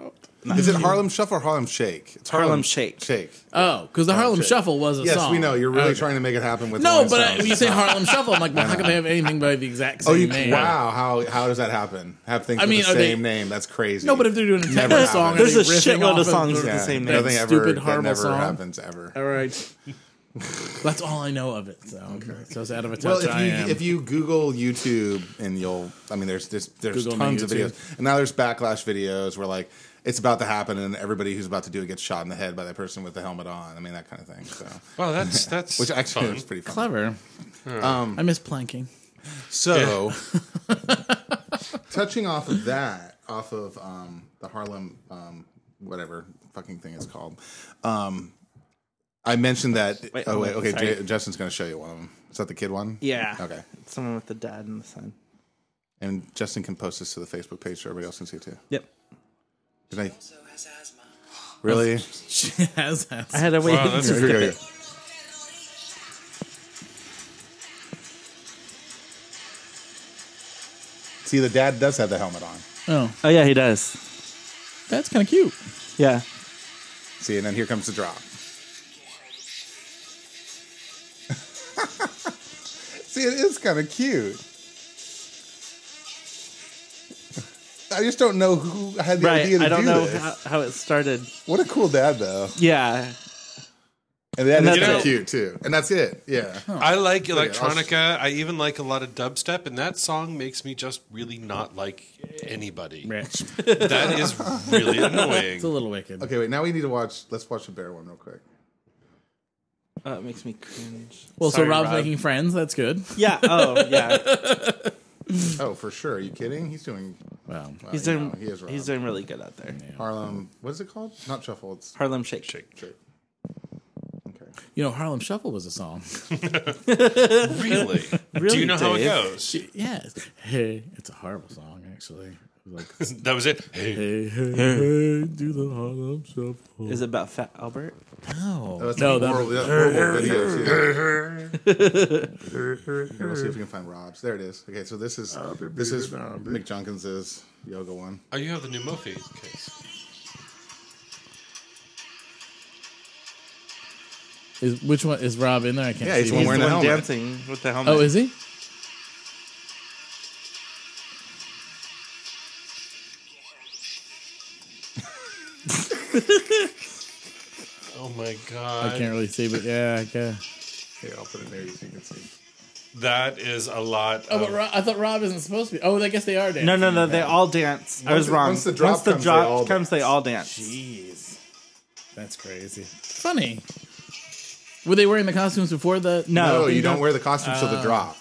Is it Harlem Shuffle or Harlem Shake? It's Harlem Shake. Shake. oh, because the Harlem shit. Shuffle was a yes, song. we know. You're really Okay. trying to make it happen with No, one but I, sound. when you say Harlem Shuffle, I'm like, well, how can they have anything by the exact same Oh, you, name? wow! How how does that happen? Have things I mean, with the are they- same name? That's crazy. No, but if they're doing a Never techno song, happened. are There's they a riffing shitload off of songs the with the yeah, same name. nothing That ever stupid that Harlem never song. happens ever. All right. That's all I know of it. So, so it's out of a touch Well, if I am. you if you Google YouTube and you'll, I mean, there's there's, there's Google tons of YouTube. videos, and now there's backlash videos where like it's about to happen, and everybody who's about to do it gets shot in the head by that person with the helmet on. I mean, that kind of thing. So, Well, that's that's which actually is pretty fun. Clever. Um, I miss planking. So, touching off of that, off of um, the Harlem, um, whatever fucking thing it's called, um, I mentioned that. Wait, oh hold wait, on, okay, sorry. J- Justin's going to show you one of them. Is that the kid one? Yeah. Okay. Someone with the dad and the son. And Justin can post this to the Facebook page so everybody else can see it too. Yep. Did I? Really? She has that. I had to wait. Wow, that's Here we go. See, the dad does have the helmet on. oh, oh yeah, he does. that's kind of cute. Yeah. See, and then here comes the drop. See, it is kind of cute. I just don't know who had the Right. idea to I don't do know this. how, how it started. What a cool dad, though. Yeah. And that is And that's kinda it. cute too. And that's it. Yeah. I like I'll s- electronica. I even like a lot of dubstep, and that song makes me just really not like anybody. Rich. That is really It's a annoying. little wicked. Okay, wait. Now we need to watch. Let's watch the bear one real quick. Oh, it makes me cringe. Well, Sorry, so Rob's Rob. making friends. That's good. Yeah. Oh, yeah. Oh, for sure. Are you kidding? He's doing. oh, Wow. He's you doing. know, he is Rob. he's doing really good out there. Harlem. What is it called? Not shuffle. It's Harlem Shake. shake. Okay. You know, Harlem Shuffle was a song. Really? Do Really, you know how it Dave? goes? yes. Hey, it's a horrible song actually. It was Like, That was it. Hey, hey, hey, hey, do the Harlem Shuffle. Is it about Fat Albert? No, That's no, a that horrible- that's a horrible video, too. Here, we'll see if we can find Rob's. There it is. Okay, so this is this is McJunkins's yoga one. oh, you have the new Mophie case. is which one is Rob in there? I can't. Yeah, see he's him. one wearing the a one helmet. dancing with the helmet. Oh, is he? Oh my I god, can't really see, but yeah, I guess. Here, I'll put it there so you can see. that is a lot. Oh, but of, Rob, I thought Rob isn't supposed to be. Oh, I guess they are. Dancing. No, no, no. They all dance. I was the- wrong. once the drop comes, they all dance. comes, they all dance. Jeez, that's crazy. Funny. Were they wearing the costumes before the? No. No, the- you don't wear the costume till the Uh. drop.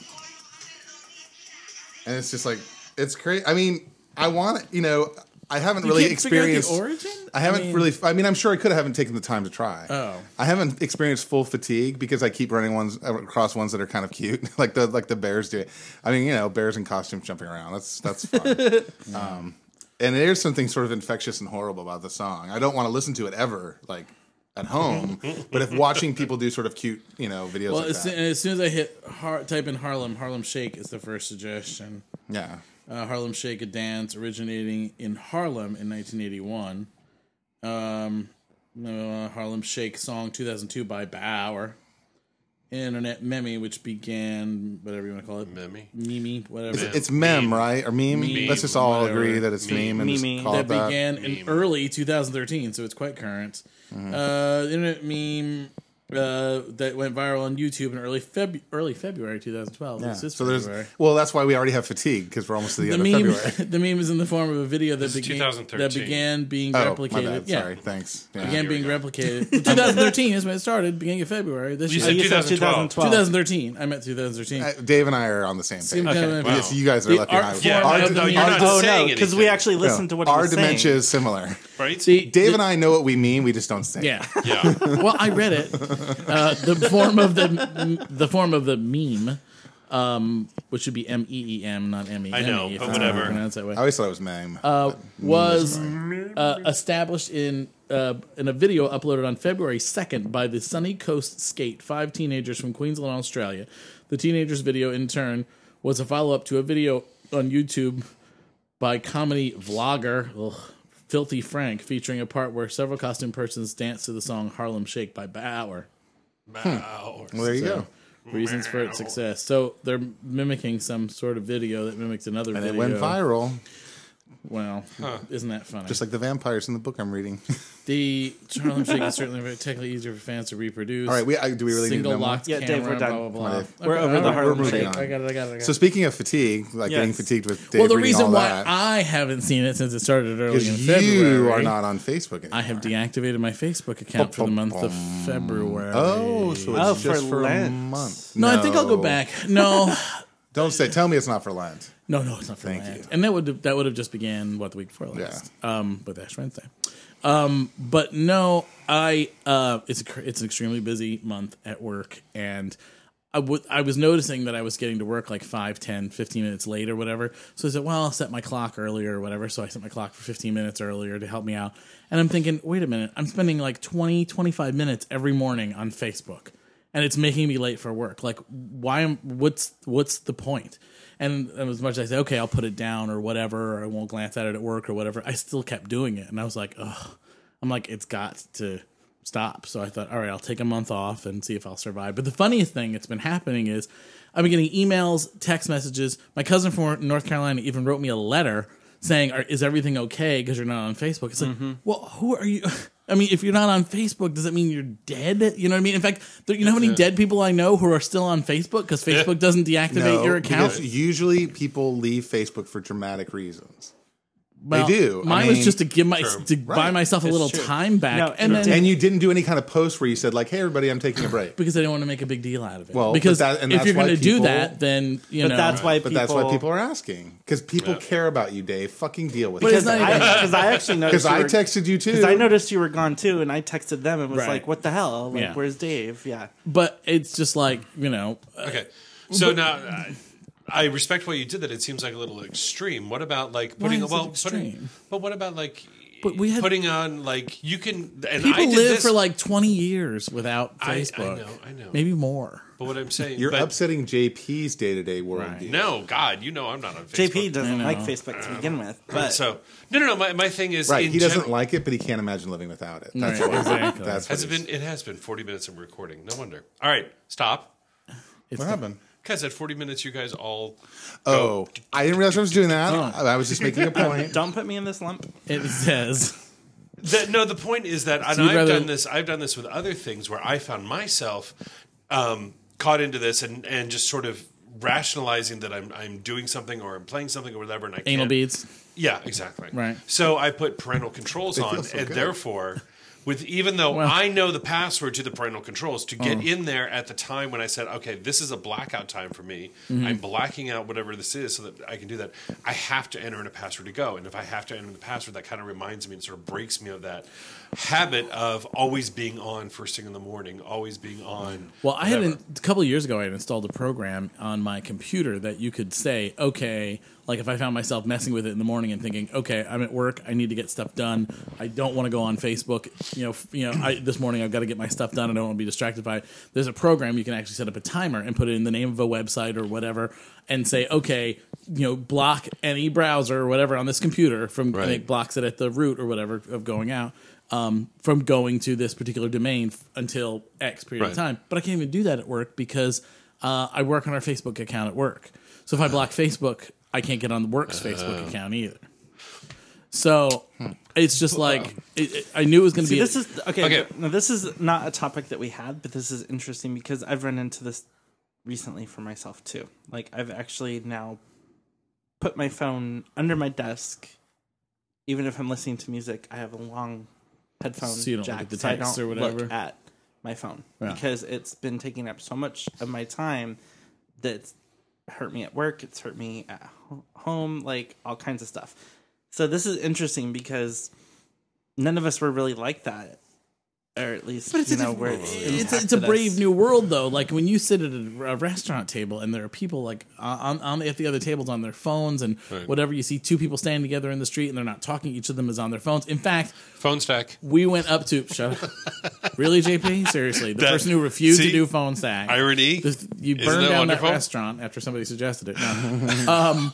And it's just like it's crazy. I mean, I want you know, I haven't You really can't figure out the experienced origin? I haven't mean- really. I mean, I'm sure I could have. Haven't taken the time to try. Oh. I haven't experienced full fatigue because I keep running ones uh, across ones that are kind of cute, like the like the bears do. I mean, you know, bears in costumes jumping around. That's that's fun. um, and there's something sort of infectious and horrible about the song. I don't want to listen to it ever, like at home. but if watching people do sort of cute, you know, videos Well, like as, that, soon, as soon as I hit har- type in Harlem, Harlem Shake is the first suggestion. yeah. Uh, Harlem Shake, a dance originating in Harlem in 1981. Um, uh, Harlem Shake song 2002 by Bauer. Internet meme, which began whatever you want to call it, Mimi. meme, whatever. It's, it's meme, right? Or meme? Meme, Let's just all whatever. agree that it's meme, Meme. and Meme. just call that it that. Mm-hmm. began in early 2013, so it's quite current. Uh, internet meme uh, that went viral on YouTube in early Feb- early February 2012. Yeah. This is So there's February. well, that's why we already have fatigue because we're almost to the, The end meme, of February. Oh, the meme is in the form of a video that, is began, 2013. that began being Oh, my replicated. bad. Yeah, Sorry. Thanks. Yeah. began Here we being go. replicated. 2013 is when it started, beginning of February. This You year. said Oh, You said 2012. 2013. I meant 2013. Uh, Dave and I are on the same page. Same kind of- wow. Yes, you guys are The left art behind. form Our, of di- the meme- not Oh no, saying because we anything. actually listened to what he our was dementia saying. is similar. right? See, Dave the- and I know what we mean. We just don't say. it. Yeah. Yeah. well, I read it. Uh, the form of the the form of the meme, um, which would be M E E M, not M E M. I know, but whatever. Pronounce that way. I always thought it was meme. Uh, was uh, established in uh, in a video uploaded on February second by the Sunny Coast Skate, five teenagers from Queensland, Australia. The teenagers' video, in turn, was a follow up to a video on YouTube by comedy vlogger ugh, Filthy Frank, featuring a part where several costume persons dance to the song "Harlem Shake" by Bauer. Wow. well, there you go. Reasons for its success. So they're mimicking some sort of video that mimics another And video. it went viral, Wow, isn't that funny? just like the vampires in the book I'm reading. The Harlem Shake is certainly very technically easier for fans to reproduce. All right, we, I, do we really single need to know more? locked Yeah, camera. Dave, we're done. Blah, blah, blah. Okay. We're over the all Harlem we're Shake. moving on. I got it. I got it. I got it. So speaking of fatigue, like getting Yes. fatigued with Dave well, the reading reason all why that, I haven't seen it since it started early Oh, in Because February, you are not on Facebook anymore. I have deactivated my Facebook account for the month of February. Oh, so it's Oh, for just for, a Lent. month. no, I think I'll go back. No, Don't say. Tell me it's not for Lent. no, no, it's not for Thank Lent. you. And that would that would have just began what the week before last, um, with Ash Wednesday. Um, but no, I uh, it's a, cr- it's an extremely busy month at work, and I would I was noticing that I was getting to work like 5, 10, 15 minutes late or whatever. So I said, well, I'll set my clock earlier or whatever. So I set my clock for 15 minutes earlier to help me out. And I'm thinking, wait a minute, I'm spending like 20, 25 minutes every morning on Facebook. And it's making me late for work. Like, why am what's what's the point? And as much as I say, okay, I'll put it down or whatever, or I won't glance at it at work or whatever, I still kept doing it. And I was like, ugh, I'm like, it's got to stop. So I thought, all right, I'll take a month off and see if I'll survive. But the funniest thing that's been happening is I've been getting emails, text messages. My cousin from North Carolina even wrote me a letter saying, are, is everything okay? Because you're not on Facebook. It's like, Mm-hmm. well, who are you? I mean, if you're not on Facebook, does that mean you're dead? You know what I mean? In fact, there, you know how many dead people I know who are still on Facebook because Facebook doesn't deactivate your account. because usually people leave Facebook for dramatic reasons, Well, do. I Mine mean- was just to give my True. to buy Right. myself a little true. time back, No, and true. then and you didn't do any kind of post where you said like, "Hey, everybody, I'm taking a break." because I didn't want to make a big deal out of it. Well, but because that- and if that's you're why going to do people- that, then you But know. that's why But people. that's why people are asking because people care about you, Dave. Fucking deal with But it. it's Because not even- I, 'cause I actually noticed. Because I you were- texted you too. Because I noticed you were gone too, and I texted them and was Right. like, "What the hell? Like, Yeah. where's Dave? Yeah, But it's just like you know. uh, Okay. So now I, I respect why you did that. It seems like a little extreme. What about like putting is it well putting, extreme? but what about like But we had- putting on like you can and I People did live this, for like 20 years without I- I Facebook. know, I know. Maybe more. but what I'm saying You're but upsetting JP's day to day worldview. No, God, you know I'm not on Facebook. JP doesn't I like know. Facebook to begin with, but So no no no my, my thing is Right? in He doesn't gen- like it, but he can't imagine living without it. That's Right, what, exactly. That's what has it he's- been it has been forty minutes of recording. No wonder. All right, stop. It's What the- happened? Because at forty minutes you guys all Oh, I didn't realize I was doing that. I was just making a point. don't put me in this lump. It says. The, no, the point is that, and you'd I've rather- done this. I've done this with other things where I found myself um, caught into this and and just sort of rationalizing that I'm I'm doing something or I'm playing something or whatever, and I Anal can't- beads. Yeah, exactly. Right. So I put parental controls on, so and good. therefore. With even though Well- Oh. I know the password to the parental controls to get in there at the time when I said, okay, this is a blackout time for me. Mm-hmm. I'm blacking out whatever this is so that I can do that. I have to enter in a password to go. And if I have to enter the password, that kind of reminds me and sort of breaks me of that habit of always being on first thing in the morning, always being on. Well, I had whatever. an, a couple of years ago. I had installed a program on my computer that you could say, okay, like if I found myself messing with it in the morning and thinking, okay, I'm at work, I need to get stuff done, I don't want to go on Facebook, you know, f- you know, I, this morning I've got to get my stuff done, I don't want to be distracted by it. There's a program you can actually set up a timer and put it in the name of a website or whatever, and say, okay, you know, block any browser or whatever on this computer from and Right. it blocks it at the root or whatever of going out. Um, from going to this particular domain f- until X period of Right. time time. But I can't even do that at work because uh, I work on our Facebook account at work. So if I block Facebook, I can't get on the work's Facebook account either. So it's just like it, it- I knew it was going to See, be. this is okay. Okay. No, this is not a topic that we had, but this is interesting because I've run into this recently for myself too. Like I've actually now put my phone under my desk, even if I'm listening to music. I have a long headphone So you don't jack, look at the so I text don't or look whatever? at my phone Yeah. because it's been taking up so much of my time that it's hurt me at work. It's hurt me at ho- home, like all kinds of stuff. So this is interesting because none of us were really like that, or at least you know where it's, it's, it's a impacted brave us. new world though like when you sit at a, a restaurant table and there are people like on, on at the other tables on their phones and whatever you see two people standing together in the street and they're not talking each of them is on their phones in fact Phone stack. we went up to shut up really jp seriously the That- person who refused see? to do phone stack Irony. The- you Isn't burned that down wonderful? that restaurant after somebody suggested it No.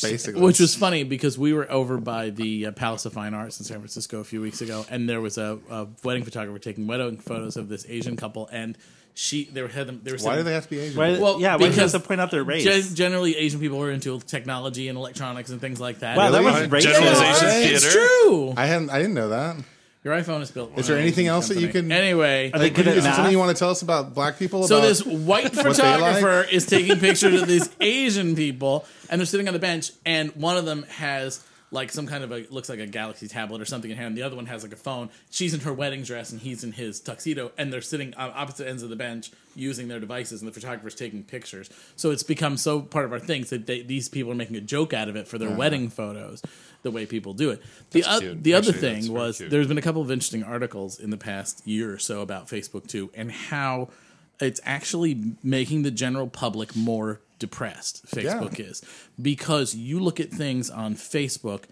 basically. Which was funny because we were over by the uh, Palace of Fine Arts in San Francisco a few weeks ago, and there was a, a wedding photographer taking wedding photos of this Asian couple, and she they were had them. They were why do sitting- they have to be Asian? Why, Well, yeah, why do you have because to point out their race? Gen- generally, Asian people are into technology and electronics and things like that. wow, that Really? was Uh, racist. generalization. Right? theater. It's true. I hadn't. I didn't know that. Your iPhone is built. Is there on an anything Asian else that you company. can- Anyway, Are they good at Is there math? something you want to tell us about black people? so about, this white what they like? photographer is taking pictures of these Asian people, and they're sitting on the bench, and one of them has like some kind of a looks like a Galaxy tablet or something in hand. The other one has like a phone. She's in her wedding dress, and he's in his tuxedo, and they're sitting on opposite ends of the bench using their devices, and the photographer's taking pictures. So it's become so part of our things that they, these people are making a joke out of it for their wedding photos. The way people do it. The oth- cute. the other Actually, that's thing very was cute. there's been a couple of interesting articles in the past year or so about Facebook too, and how it's actually making the general public more depressed. Facebook is because you look at things on Facebook.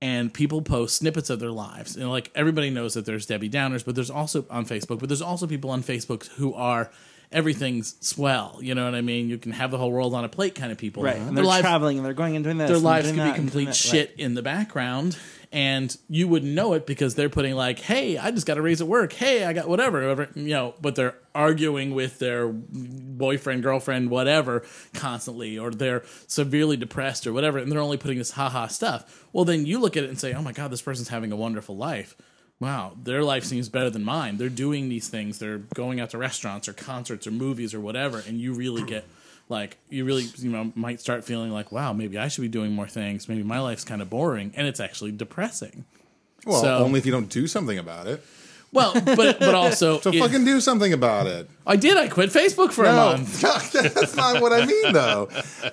And people post snippets of their lives, and like everybody knows that there's Debbie Downers, but there's also on Facebook, but there's also people on Facebook who are everything's swell. You know what I mean? You can have the whole world on a plate kind of people. Right, and Their they're lives- traveling and they're going and doing this. their and lives doing could that be and doing complete that. shit in the background and you wouldn't know it because they're putting like hey i just got a raise at work hey i got whatever whatever you know but they're arguing with their boyfriend girlfriend whatever constantly or they're severely depressed or whatever and they're only putting this haha stuff well then you look at it and say oh my god this person's having a wonderful life wow, their life seems better than mine. They're doing these things. They're going out to restaurants or concerts or movies or whatever, and you really get like you really you know might start feeling like wow maybe I should be doing more things maybe my life's kind of boring and it's actually depressing well, so- only if you don't do something about it. well but but also So it- fucking do something about it. I did I quit Facebook for a No, month that's not what I mean, though.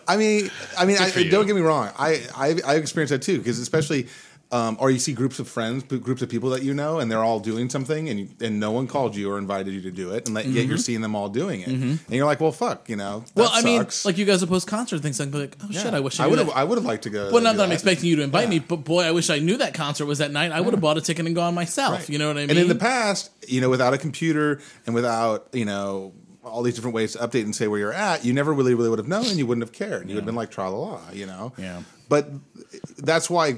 I mean, I mean, I, for you. don't get me wrong. I I, I experienced that too, because especially, um, or you see groups of friends, p- groups of people that you know, and they're all doing something, and and no one called you or invited you to do it, and like, yet you're seeing them all doing it, and you're like, well, fuck, you know. That Mm-hmm. well I mean sucks. like you guys will post concert things and be like oh shit I wish I I, knew would that. have I would have liked to go. Well, to not do that I'm expecting you to invite me, but boy, I wish I knew that concert was that night. I would have bought a ticket and gone myself. Right. You know what I mean? And in the past, you know, without a computer and without, you know, all these different ways to update and say where you're at, you never really, really would have known and you wouldn't have cared. You would have been like, tra la la, you know? Yeah. But that's why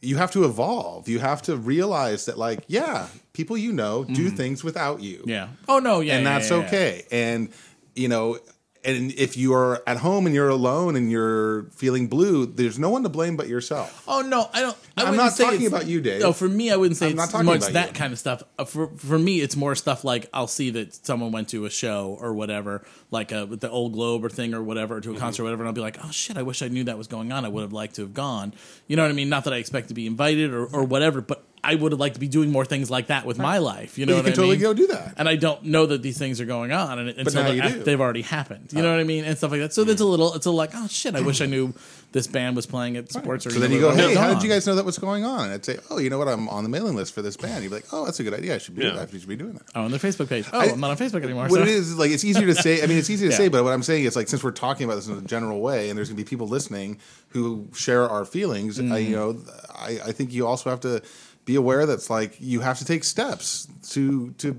you have to evolve. You have to realize that, like, yeah, people you know do things without you. Mm-hmm. yeah. Oh no, yeah, And yeah, that's yeah, yeah. okay. And, you know, and if you are at home and you're alone and you're feeling blue, there's no one to blame but yourself. Oh no, I don't. I I'm wouldn't not say talking it's- about you, Dave. No, for me, I wouldn't say I'm not it's talking much about that you. kind of stuff. Uh, For for me, it's more stuff like I'll see that someone went to a show or whatever, like a, with the Old Globe or thing or whatever, Mm-hmm. to a concert or whatever, and I'll be like, oh shit, I wish I knew that was going on. I would have liked to have gone. You know what I mean? Not that I expect to be invited or, or whatever, but I would have liked to be doing more things like that with my life. You know you what can I totally mean? go do that. and I don't know that these things are going on and, until now they're- you after do. they've already happened. You know what I mean? And stuff like that. So it's a little, it's a like, oh shit, I wish I knew this band was playing at sports. So then you go, hey, how did you guys know that was going on? And I'd say, oh, you know what? I'm on the mailing list for this band. You'd be like, oh, that's a good idea. I should be, Yeah. I should be doing that. Oh, on their Facebook page. Oh, I, I- am not on Facebook anymore. What so. it is, is, like, it's easier to say. I mean, it's easy to Yeah. say, but what I'm saying is, like, since we're talking about this in a general way, and there's going to be people listening who share our feelings, I, Mm. you know, I, I think you also have to be aware that's like you have to take steps to to.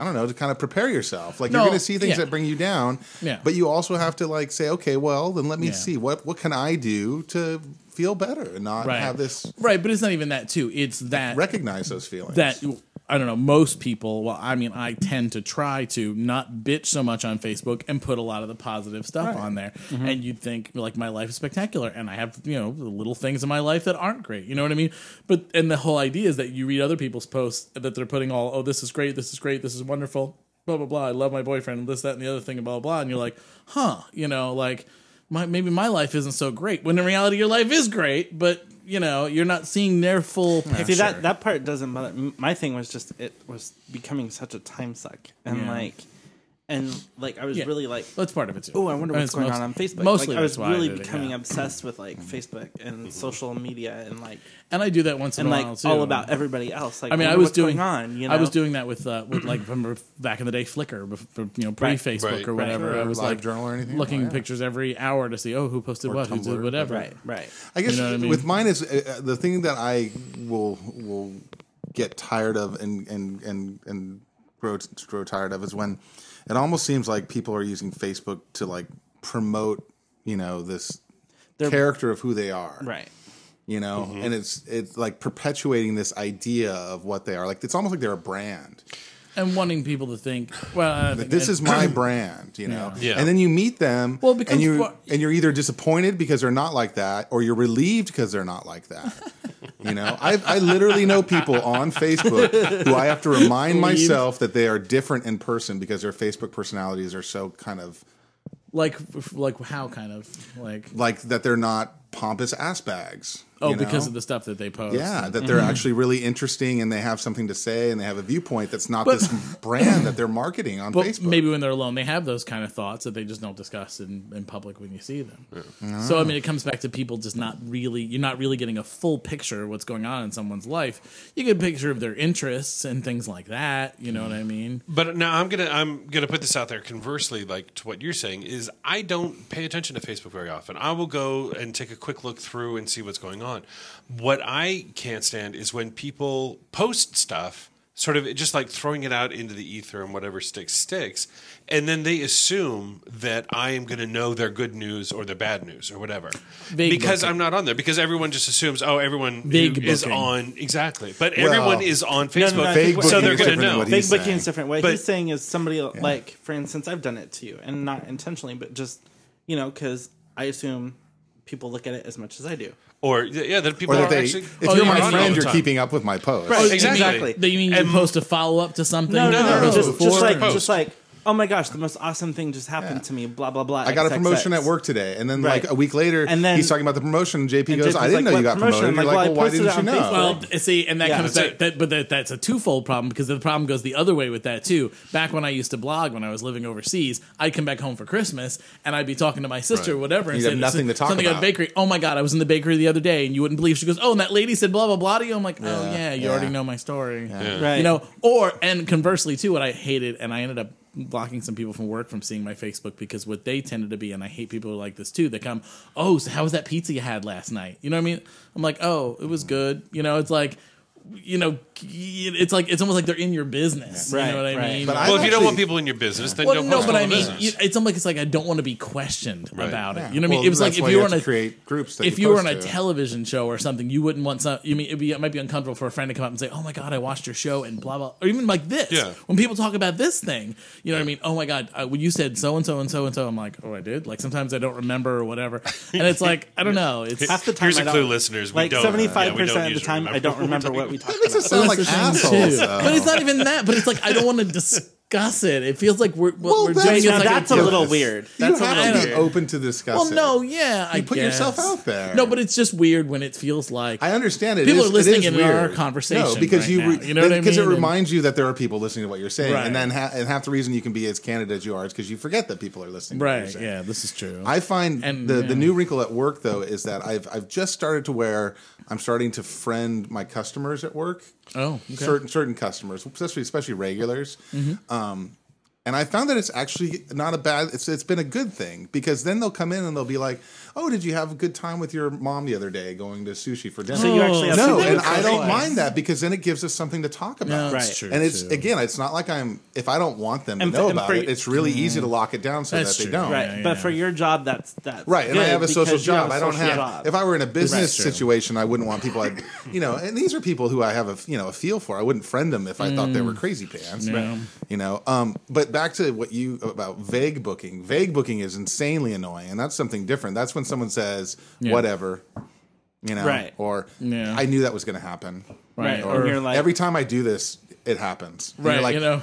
I don't know to kind of prepare yourself. Like No, you're going to see things yeah. that bring you down, Yeah. but you also have to like say, okay, well, then let me Yeah. see what what can I do to feel better and not right. have this Right, but it's not even that too. It's that recognize those feelings. that I don't know, most people, well, I mean, I tend to try to not bitch so much on Facebook and put a lot of the positive stuff on there. Mm-hmm. And you'd think, like, my life is spectacular and I have, you know, the little things in my life that aren't great. You know what I mean? But, and the whole idea is that you read other people's posts that they're putting all, oh, this is great, this is great, this is wonderful, blah, blah, blah. I love my boyfriend, and this, that, and the other thing, and blah, blah, blah. And you're like, huh, you know, like, my, maybe my life isn't so great when in reality your life is great, but you know you're not seeing their full picture. See that that part doesn't bother. m- My thing was just it was becoming such a time suck, and Yeah. like, and like I was Yeah. really like, That's part of it too. oh, I wonder And what's it's going most- on on Facebook. Mostly, like, I was that's why really did it, becoming yeah. obsessed with like Facebook and social media and like and I do that once in and a like while too. all about everybody else. Like, I mean, I wonder was what's doing. going on. You know, I was doing that with uh, with like remember back in the day Flickr, before, you know, pre Right. Facebook Right. or Right. whatever. I was Live like Journal or anything? looking Oh, yeah. pictures every hour to see oh who posted what, who did Tumblr. whatever. right, right. I guess You know what I mean? with mine is uh, uh, the thing that I will will get tired of and and and and grow grow tired of is when it almost seems like people are using Facebook to like promote you know this They're- character of who they are Right. you know Mm-hmm. and it's it's like perpetuating this idea of what they are like it's almost like they're a brand And wanting people to think, well, I think- this is my brand, you know. Yeah. Yeah. And then you meet them, Well, it becomes and you part- and you're either disappointed because they're not like that, or you're relieved because they're not like that. you know, I I literally know people on Facebook who I have to remind myself that they are different in person because their Facebook personalities are so kind of like like how kind of like like that they're not pompous ass bags. oh you know? because of the stuff Mm-hmm. that they post. Yeah, that they're actually really interesting and they have something to say and they have a viewpoint that's not this brand that they're marketing on But Facebook. maybe when they're alone, they have those kind of thoughts that they just don't discuss in, in public when you see them. So I mean, it comes back to people just not really. You're not really getting a full picture of what's going on in someone's life. You get a picture of their interests and things like that. You know what I mean? But now I'm gonna I'm gonna put this out there. Conversely, like to what you're saying, is I don't pay attention to Facebook very often. I will go and take a quick look through and see what's going on. What I can't stand is when people post stuff, sort of just like throwing it out into the ether and whatever sticks sticks, and then they assume that I am gonna know their good news or their bad news or whatever Vague because booking. I'm not on there. Because everyone just assumes, oh, everyone Vague is booking. on exactly, but Well, everyone is on no, Facebook, no, I think so what- they're gonna booking is Vague different than know. what he- Big he's booking saying. is different. What But- he's saying is somebody like, for instance, I've done it to you, and not intentionally, but just you know, because I assume people look at it as much as I do. Or yeah, that people or are that they, actually. if Oh, you're yeah, I my know. friend, you're Time. keeping up with my posts. Right. Exactly. That you mean you And- post a follow up to something? No, no, no, no, just, before just like and- Post. just like, oh my gosh, the most awesome thing just happened Yeah. to me. Blah blah blah. I got a promotion at work today, and then like Right. a week later, And then- he's talking about the promotion. And JP and goes, JP's "I didn't like, know "What you got promotion?" promoted." You're I'm like, like, "Well, "Well, I why posted didn't it you on know?" Facebook." Well, th- see, and that Yeah. comes That's back, it. that, but that, that's a twofold problem because the problem goes the other way with that too. Back when I used to blog when I was living overseas, I'd come back home for Christmas and I'd be talking to my sister or Right. whatever, and You'd have say nothing to this- talk something at about. a bakery. Oh my god, I was in the bakery the other day, and you wouldn't believe. She goes, "Oh, and that lady said blah blah blah to you." I'm like, "Oh Yeah, yeah, you yeah. already know my story." Right. You know, or and conversely too, what I hated, and I ended up blocking some people from work from seeing my Facebook because what they tended to be, and I hate people who are like this too. They come, oh, so how was that pizza you had last night? You know what I mean? I'm like, oh, it was good. You know, it's like, you know, it's like it's almost like they're in your business. You Right, know what I right. mean? But I- Well, if you don't want actually- people in your business, then well, don't no, post but all I the mean, business. you, it's almost like it's like I don't want to be questioned about it. You know what I mean? Well, it was like that's if why you were have on a to create groups. That if you, you were on post a to. television show or something, you wouldn't want some. You mean it'd be, it might be uncomfortable for a friend to come up and say, "Oh my god, I watched your show," and blah blah, or even like this. Yeah. When people talk about this thing, you know what I mean? Oh my god, uh, when you said so and so and so and so, I'm like, oh, I did. Like sometimes I don't remember or whatever, and it's like I don't know. It's Half the time, Here's I a don't- clue, listeners. We Like don't- uh, seventy five yeah, we don't percent of the usually time, I don't remember what we talked makes about. us sound like That's the thing, assholes. too. though. But it's not even that. But it's like I don't want to discuss it. It feels like we're what Well, we're that's- doing. is Now like that's a joke. little Yes. weird. You That's a have little to be weird. open to discuss. Well, it. no, yeah, I You put yourself guess. out there. No, but it's just weird when it feels like I understand it. People It is- are listening it is in on our weird. conversation No, because right you, now. re- You know what I Because it mean? And- reminds you that there are people listening to what you're saying, Right. and then ha- and half the reason you can be as candid as you are is because you forget that people are listening. To what right. you're saying. Yeah, this is true. I find And, the, yeah. the new wrinkle at work though is that I've I've just started to where I'm starting to friend my customers at work, oh, okay. Mm-hmm. certain certain customers, especially especially regulars, um, And I found that it's actually not a bad. It's it's been a good thing because then they'll come in and they'll be like, "Oh, did you have a good time with your mom the other day going to sushi for dinner?" So you actually have no, something and to I don't socialize. mind that because then it gives us something to talk about. that's Right. true. And it's too. again, it's not like I'm if I don't want them to And for- know and about for- it. It's really easy to lock it down so Mm. That's that they true. don't. Right, Oh, Yeah, but yeah. for your job, that's that's Right, and I good have a social because you have job. a I don't social have. job. If I were in a business That's true. situation, I wouldn't want people. I, you know, and these are people who I have a you know a feel for. I wouldn't friend them if I thought they Mm. were crazy pants. Yeah. You know, um, but back to what you about vague booking. Vague booking is insanely annoying, and that's something different. That's when someone says Yeah. whatever, you know, Right. or Yeah. I knew that was going to happen. Right. Right, Or, and you're like- Every time I do this, it happens. And right. you're like, you know.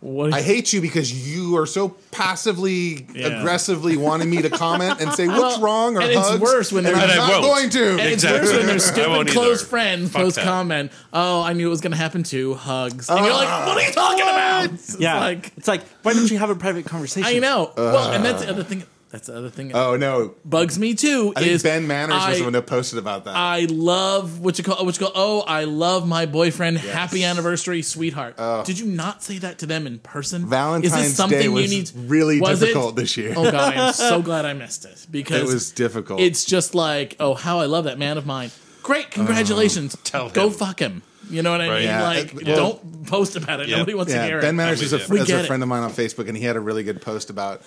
What I hate you because you are so passively Yeah. aggressively wanting me to comment and say what's wrong or and it's hugs, worse when and they're- I'm And I not won't. going to. Exactly. And it's worse when I they're stupid won't close either. friend, Fuck close that. comment. Oh, I knew it was going to happen too. Hugs. And you're like, Ah. what are you talking about? It's yeah, like, it's like why don't you have a private conversation? I know. Uh, well, and that's the other thing. That's the other thing that oh no! bugs me too. I think is Ben Manners I, was the one that posted about that. I love what you call what you call. Oh, I love my boyfriend. Happy anniversary, sweetheart. Did you not say that to them in person? Is this Oh. Valentine's something Day you was need? really Was it? difficult this year. Oh god, I'm so glad I missed it because it was difficult. Oh. It's just like, oh, how I love that man of mine. Great, congratulations. Tell Go him. fuck him. You know what I Right. mean? Yeah, Like, it- well- don't post about it. Yeah. Nobody wants to yeah, hear Ben it. Manners is a, with you. We is a get it. friend of mine on Facebook, and he had a really good post about.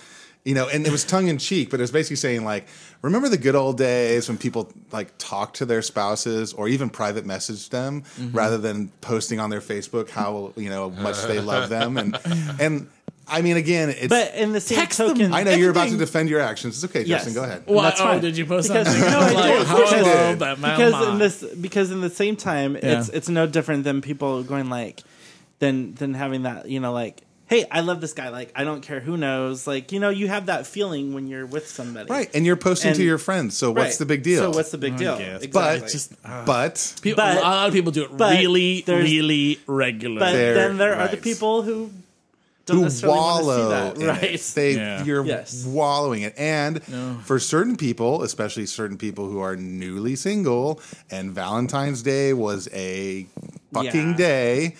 You know, and it was tongue in cheek, but it was basically saying like, remember the good old days when people like talked to their spouses or even private messaged them rather than posting on their Facebook how you know much they love them and and I mean again, it's but in the same Text them. token, I know you're about to everything- defend your actions. It's okay, Yes. Justin. Go ahead. Why? That's oh, fine. did you post Because- something? no, I Like, did. Of how course I I love did. that man of because in mine. this because in the same time it's it's no different than people going like than than having that you know like hey i love this guy like i don't care who knows like you know you have that feeling when you're with somebody Right, and you're posting to And- your friends, so what's Right. the big deal? so what's the big deal guess, exactly. but It's just- but People, But- a lot of people do it but really, there's- really regularly. but They're- then there are the right. people who don't who necessarily wallow want to see in that it. right They Yeah. you're Yes. wallowing it, and for certain people, especially certain people who are newly single, and Valentine's Day was a fucking Yeah. day.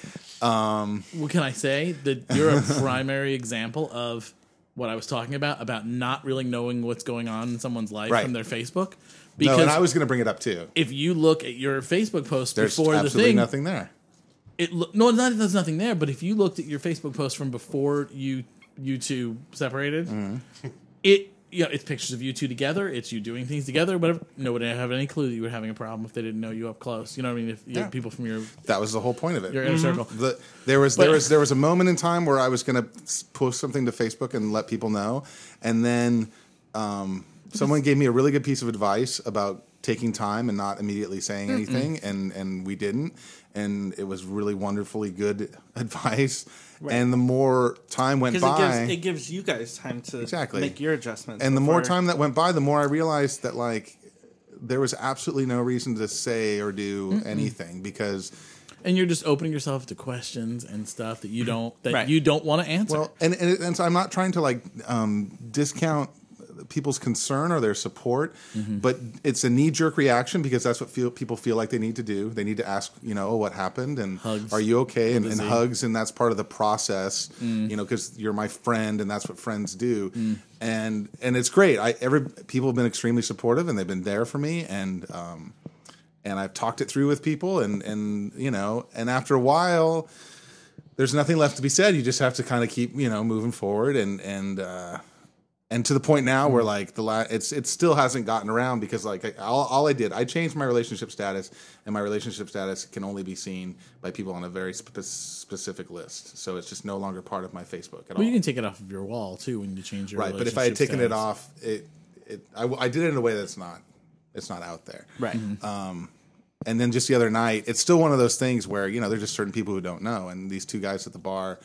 what can I say? That you're a primary example of what I was talking about about not really knowing what's going on in someone's life Right. from their Facebook. No, Because and I was going to bring it up too. if you look at your Facebook post There's before the absolutely thing, nothing there. it lo- no, not that there's nothing there. But if you looked at your Facebook post from before you you two separated, Mm-hmm. it you know, it's pictures of you two together. It's you doing things together. Whatever. Nobody would have any clue that you were having a problem if they didn't know you up close. You know what I mean? If you Yeah. had people from your That was the whole point of it. your Mm-hmm. inner circle. The, there was there But- was there was a moment in time where I was going to post something to Facebook and let people know, and then um, someone gave me a really good piece of advice about taking time and not immediately saying anything, and and we didn't, and it was really wonderfully good advice. And the more time went because by, it gives it gives you guys time to Exactly. make your adjustments and the more before- time that went by, the more I realized that like there was absolutely no reason to say or do anything because and you're just opening yourself to questions and stuff that you don't that Right. you don't want to answer. Well, and, and and so I'm not trying to like um, discount people's concern or their support, but it's a knee jerk reaction because that's what feel, people feel like they need to do. They need to ask, you know, oh, what happened and Hugs. are you okay? And, and Lizzie. hugs, and that's part of the process, you know, because you're my friend and that's what friends do. And and it's great. I every people have been extremely supportive and they've been there for me and. Um, and I've talked it through with people, and and you know, and after a while, there's nothing left to be said. You just have to kind of keep, you know, moving forward and and uh and to the point now Mm-hmm. where like the la- it's it still hasn't gotten around because like I, all, all I did I changed my relationship status and my relationship status can only be seen by people on a very spe- specific list so it's just no longer part of my Facebook at all. Well, you can take it off of your wall too when you change your right, but if I had relationship taken it status. off, it it I, w- I did it in a way that's not it's not out there. right And then just the other night, it's still one of those things where you know there's just certain people who don't know. And these two guys at the bar,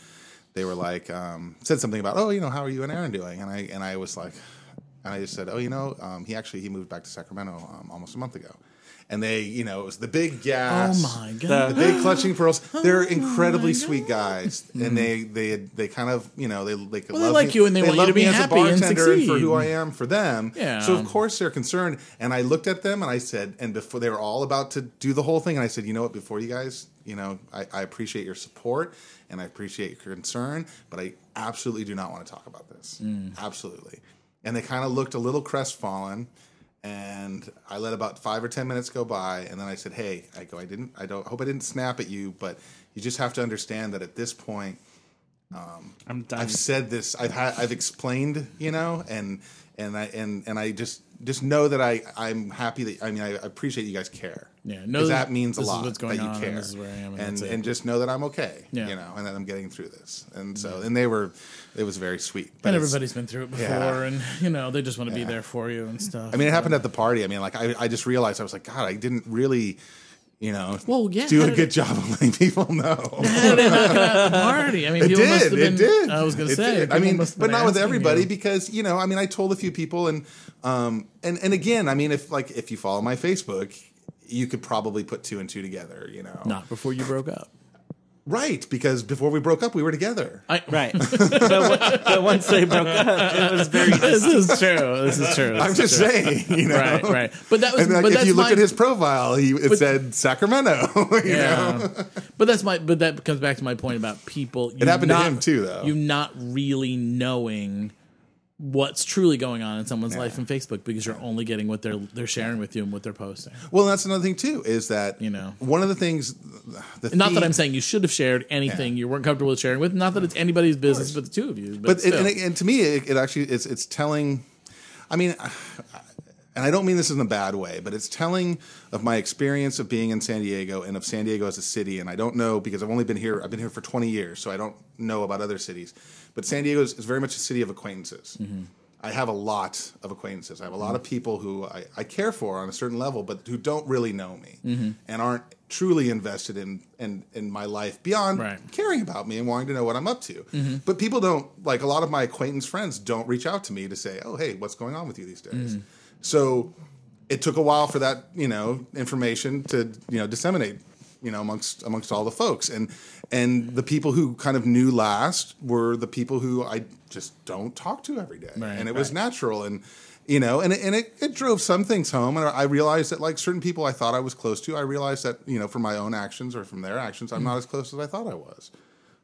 they were like um, said something about, oh, you know, how are you and Aaron doing? And I and I was like, and I just said, oh, you know, um, he actually he moved back to Sacramento um, almost a month ago. and they, you know, it was the big gas. Oh my Oh The god! big clutching pearls. They're incredibly sweet guys, and they they they kind of you know they they, Hmm. they love like me- you and they want you love to be me as happy a and bartender for succeed. who I am for them. Yeah. So of course they're concerned. And I looked at them and I said, and before they were all about to do the whole thing, and I said, you know what? Before you guys, you know, I, I appreciate your support and I appreciate your concern, but I absolutely do not want to talk about this. Absolutely. And they kind of looked a little crestfallen. And I let about five or ten minutes go by, and then I said, "Hey, I go. I didn't. I don't. Hope I didn't snap at you, but you just have to understand that at this point, Mm-hmm. I'm done. I've said this. I've had. I've explained. You know, and and I and and I just just know that I I'm happy that I mean I appreciate you guys care. Yeah, know 'Cause that that means a this is lot. what's going that you on and care. this is where I am and and that's and, it. just know that I'm okay. Yeah. you know, and that I'm getting through this. And so and they were, it was very sweet. But and it's- everybody's been through it before, Yeah. and you know they just want to be there for you and stuff. I mean, it happened at the party. I mean, like I I just realized I was like, God, I didn't really. You know, Well, yeah, do how a did good job of letting people know. party. I mean, It people must did. have it been, did. I was going to It say. did. I people mean, must have but been not with asking everybody you. because you know. I mean, I told a few people, and um, and and again, I mean, if like if you follow my Facebook, you could probably put two and two together. You know, Not before you broke up. right? Because before we broke up, we were together. I, right. but, on- but once they broke up, it was very. this is true. This is true. I'm just saying, you know. Right, right. But that was. And like, but if that's you look my- at his profile, he it But- said Sacramento. you know? Yeah. but that's my but that comes back to my point about people you It happened to not- him, too, though. You not really knowing what's truly going on in someone's life on Facebook because you're only getting what they're they're sharing with you and what they're posting. Well, that's another thing too. Is that You know. one of the things? The Not that theme- I'm saying you should have shared anything you weren't comfortable with sharing with. Not that it's anybody's business but the two of you. But, but it, still. and, it, and to me, it, it actually it's it's telling. I mean, and I don't mean this in a bad way, but it's telling of my experience of being in San Diego and of San Diego as a city. And I don't know because I've only been here. I've been here for 20 years, so I don't know about other cities. But San Diego is, is very much a city of acquaintances. I have a lot of acquaintances. I have a lot of people who I, I care for on a certain level, but who don't really know me and aren't truly invested in, in in my life beyond Right. caring about me and wanting to know what I'm up to. But people don't like a lot of my acquaintance friends don't reach out to me to say, "Oh, hey, what's going on with you these days?" So it took a while for that you know information to you know disseminate you know amongst amongst all the folks and and the people who kind of knew last were the people who I just don't talk to every day Right, and it was natural and you know and it, and it, it drove some things home and I realized that like certain people I thought I was close to I realized that you know from my own actions or from their actions I'm Mm-hmm. not as close as I thought I was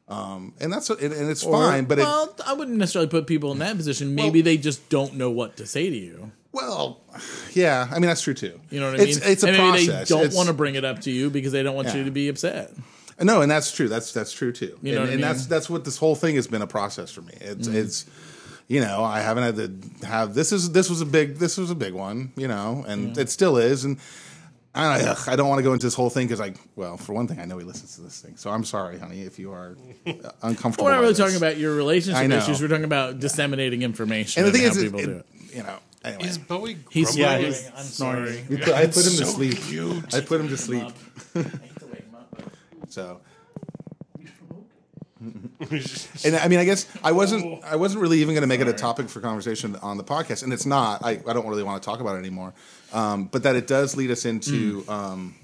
um and that's and, and it's fine but it, well, I wouldn't necessarily put people in that position. Maybe they just don't know what to say to you. well yeah I mean that's true too You know what I it's, mean? it's a and maybe process they don't It's- want to bring it up to you because they don't want you Yeah. to be upset. No, and that's true. That's that's true too. You know and, what I and that's mean? Mm-hmm. that's what this whole thing has been a process for me. It's it's you know I haven't had to have this is this was a big this was a big one you know and it still is and. I don't, ugh, I don't want to go into this whole thing because, I well, for one thing, I know he listens to this thing, so I'm sorry, honey, if you are uncomfortable. We're not by really this. talking about your I relationship know. issues. We're talking about disseminating information And and, the thing how is, people it- do it. you know, anyway, Is Bowie grumbling? He's Yeah, snoring. he's I'm sorry. We put- I put him to sleep. cute. I put him to sleep. So, and I mean, I guess I wasn't, I wasn't really even going to make it a topic for conversation on the podcast, and it's not. I, I don't really want to talk about it anymore. Um, but that it does lead us into Mm. um,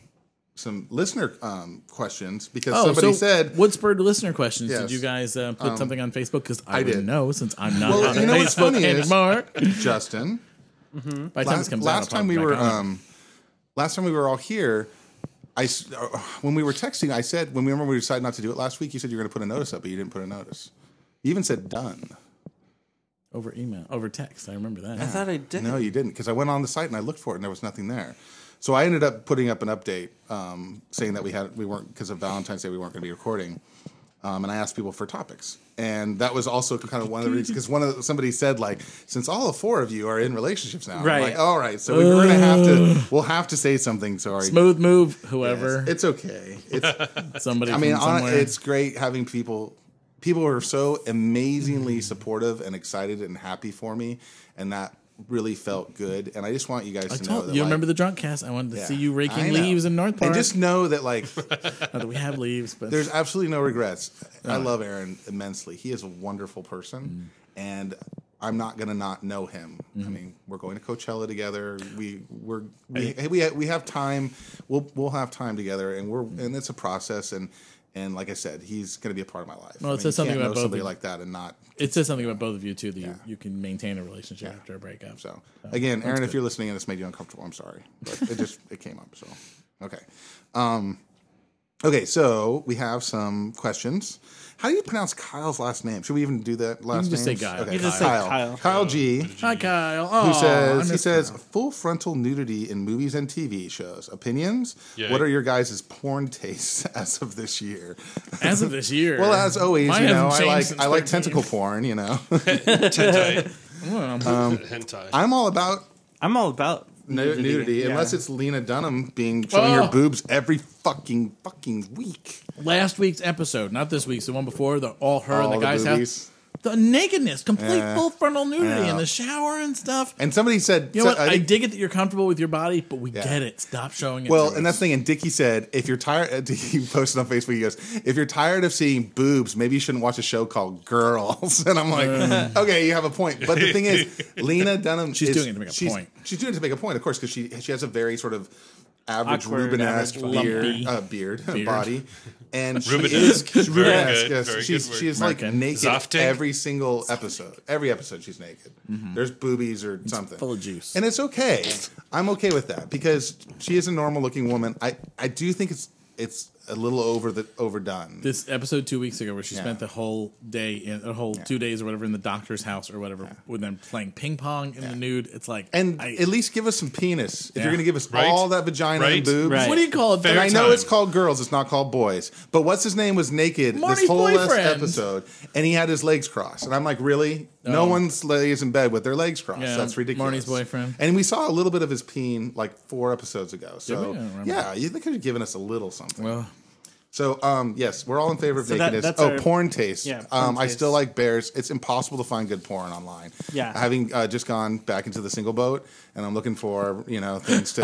some listener um, questions because Oh, somebody so said. what spurred listener questions? Yes. Um, Did you guys uh, put something on Facebook? Because I, I didn't did. know since I'm not Well, on you know what's Facebook funny is- anymore. Justin, By the time this last, comes out, last I'll time we probably were back on. um, last time we were all here, I s- uh, when we were texting, I said when we remember we decided not to do it last week. You said you were going to put a notice up, but you didn't put a notice. You even said done. over email, over text. I remember that. I thought I did. No, you didn't, because I went on the site and I looked for it, and there was nothing there. So I ended up putting up an update um, saying that we had we weren't because of Valentine's Day we weren't going to be recording, um, and I asked people for topics, and that was also kind of one of the reasons because one of the, somebody said like since all of four of you are in relationships now, I'm Right. like, all right, so we we're going to have to we'll have to say something. Sorry, Smooth move, whoever. it's okay. It's somebody. I mean, from hon- somewhere. it's great having people. People are so Mm-hmm. amazingly supportive and excited and happy for me, and that really felt good. And I just want you guys I to know told that. you. like- remember the drunk cast? I wanted to Yeah. see you I raking know. leaves in North Park. And just know that like Not that we have leaves, but there's Mm-hmm. absolutely no regrets. I love Aaron immensely. He is a wonderful person, and I'm not gonna not know him. I mean, we're going to Coachella together. We we're we hey, we we have time. We'll we'll have time together, and we're and it's a process. And and like I said, he's gonna be a part of my life. I Well, it mean, says you something can't about know both somebody of- like that and not It says something about both of you too that you, you can maintain a relationship after a breakup. So again, Aaron, if you're listening and this made you uncomfortable, I'm sorry, but it just it came up. So okay, um, okay. So we have some questions. How do you pronounce Kyle's last name? Should we even do that last name? just say Guy. Okay, You just say Kyle. Kyle. G. Hi Kyle. Who Oh, says he says full frontal nudity in movies and TV shows. Opinions? Yay. What are your guys' porn tastes as of this year? as of this year. Well, as always, Mine you know, hasn't I changed like since I like 13. tentacle porn. You know, Hentai. Well, Hentai. Um, I'm all about I'm all about Nu- nudity, yeah. unless it's Lena Dunham being showing Oh. her boobs every fucking fucking week. last week's episode, not this week's, the one before, the all her All and the the guys boobies. have the nakedness, complete Yeah. full frontal nudity Yeah. in the shower and stuff. And somebody said, you know what? so- I, dig it that you're comfortable with your body, but we Yeah. get it. Stop showing it. well, to and us. that's the thing. And Dickie said, if you're tired, he posted on Facebook. He goes, if you're tired of seeing boobs, maybe you shouldn't watch a show called Girls. And I'm like, okay, you have a point. But the thing is, Lena Dunham, Uh. She's is- doing it to make a she's- point. She's doing it to make a point, of course, because she she has a very sort of average Awkward, Rubenesque average, beard, lumpy uh, beard, beard. body, and she is Rubenesque. Very yes, good, yes. very she's good word. she is like American. naked Zoftig? every single episode. Every episode, she's naked. There's boobies or something. Mm-hmm. full of juice. and it's okay. I'm okay with that because she is a normal looking woman. I I do think it's it's a little over the overdone. this episode two weeks ago where she Yeah. spent the whole day in a whole two days or whatever in the doctor's house or whatever with them playing ping pong in the nude. It's like and I- at least give us some penis. If Yeah. you're going to give us Right. all that vagina and Right. boobs, Right. what do you call it? Fair And I know time. it's called girls, it's not called boys. But what's his name was naked Marty's this whole last boyfriend. episode, and he had his legs crossed. And I'm like, really? No Oh. one lays in bed with their legs crossed. Yeah, That's ridiculous. Marty's boyfriend. And we saw a little bit of his peen like four episodes ago. we? I So don't remember. yeah, you, they could have given us a little something. Well, So um, yes, we're all in favor of So that- nakedness. that's oh, our- porn taste. Yeah, porn um, I taste. still like bears. It's impossible to find good porn online. Yeah. having uh, just gone back into the single boat, and I'm looking for you know things to.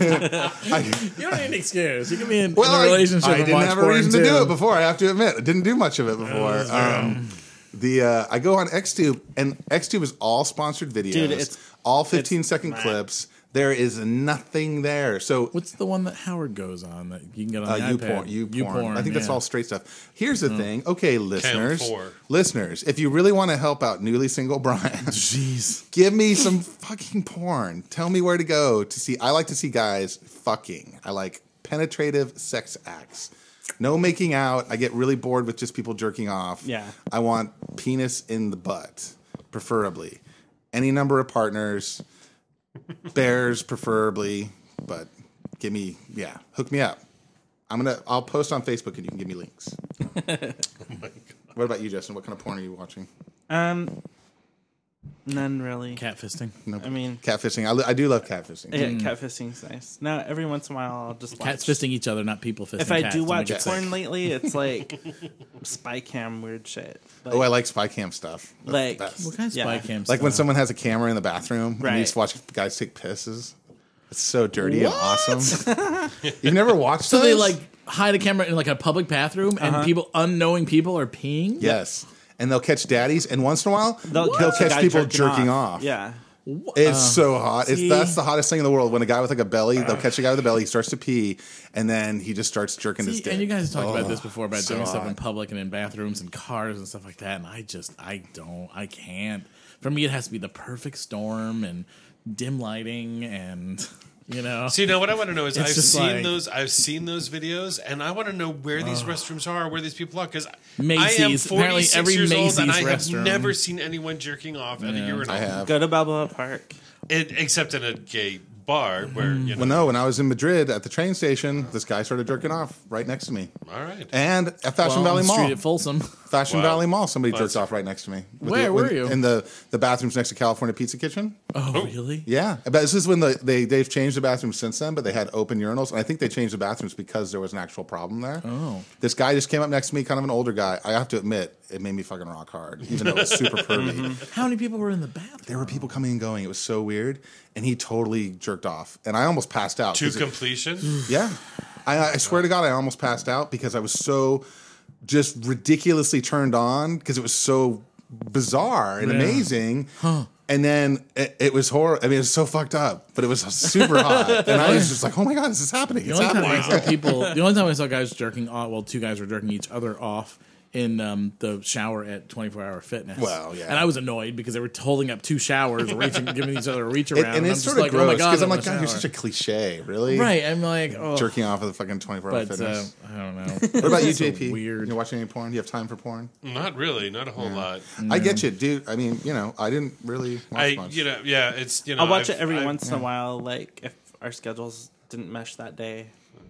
I- you don't need an excuse. You can be in, well, in a relationship. I, I and didn't watch have a porn reason too. to do it before. I have to admit, I didn't do much of it before. um, the uh, I go on XTube, and XTube is all sponsored videos, Dude, it's- all 15 second clips. There is nothing there. So What's the one that Howard goes on that you can get on uh, the you iPad? porn, you porn. I think that's yeah. Mm. all straight stuff. Here's the thing, okay, listeners, four. listeners, if you really want to help out newly single Brian, Jeez. give me some fucking porn. Tell me where to go to see. I like to see guys fucking. I like penetrative sex acts. No making out. I get really bored with just people jerking off. Yeah. I want penis in the butt, preferably. Any number of partners, bears preferably, but give me yeah, hook me up. I'm gonna. I'll post on Facebook and you can give me links. What about you, Justin? What kind of porn are you watching? um, none really. Catfisting. I mean, Catfishing. I, li- I do love catfishing. yeah, catfishing's nice. Now every once in a while, I'll just watch. Mm. Cats fisting each other, not people fisting. if I cats do to make watch it porn sick. lately, it's like spy cam weird shit. Like, Oh, I like spy cam stuff. That's the Like- best. what kind of Yeah. spy cam? like when stuff? someone has a camera in the bathroom and Right. you just watch guys take pisses. It's so dirty and awesome. You've never watched So they those? like hide a camera in like a public bathroom, and people, unknowing people, are peeing. yes, and they'll catch daddies, and once in a while they'll, they'll catch a catch guy people jerking off. Yeah. It's so hot. It's Uh, see? Uh. that's the hottest thing in the world. When a guy with like a belly, they'll catch a guy with a belly. He starts to pee, and then he just starts jerking his See, dick. Oh, and you guys have talked about this before about so doing stuff in hot. public and in bathrooms and cars and stuff like that. And I just, I don't, I can't. For me, it has to be the perfect storm and dim lighting and, you know. See now, what I want to know is It's I've just seen like- those I've seen those videos, and I want to know where these restrooms are, where these people are, because I am Macy's. forty Apparently six every years Macy's old, and I restroom- have never seen anyone jerking off at a urinal, I have. Go to Balboa Park. It- except in a gay bar where you know. Well, no, Mm. when I was in Madrid at the train station, this guy started jerking off right next to me, All right, and at Well, Fashion on Valley the Mall. Street at Folsom. Fashion Wow. Valley Mall. Somebody Well, jerked that's- off right next to me. With Where the, were when- you? In the, the bathrooms next to California Pizza Kitchen. Oh, really? Yeah, but this is when the, they they've changed the bathrooms since then. But they had open urinals, and I think they changed the bathrooms because there was an actual problem there. Oh. this guy just came up next to me, kind of an older guy. I have to admit, it made me fucking rock hard, even though it was super pervy. How many people were in the bathroom? There were people coming and going. It was so weird, and he totally jerked off, and I almost passed out. to 'cause it- Mm. completion. yeah. I, I swear to God, I almost passed out because I was so just ridiculously turned on because it was so bizarre and amazing. And then it, it was horrible. I mean, it was so fucked up, but it was super hot. And I was just like, oh my God, this is happening. The It's only time happening. I saw people, the only time I saw guys jerking off, well, two guys were jerking each other off in um, the shower at 24 Hour Fitness. Well, yeah. And I was annoyed because they were holding up two showers, reaching, giving each other a reach around. It- and I'm it's sort just of like, gross because oh I'm my like, God, God, I'm you're in the such a cliche, really? shower." Right. I'm like, oh. Jerking off of the fucking 24 hour But uh, fitness. I don't know. what about you, It's so JP? Weird. You're watching any porn? You have time for porn? Not really, not a whole lot. Mm. I get you, dude. I mean, you know, I didn't really watch I, much. you know, yeah, it's you know. I'll watch I've- it every I've- once in a while, like if our schedules didn't mesh that day.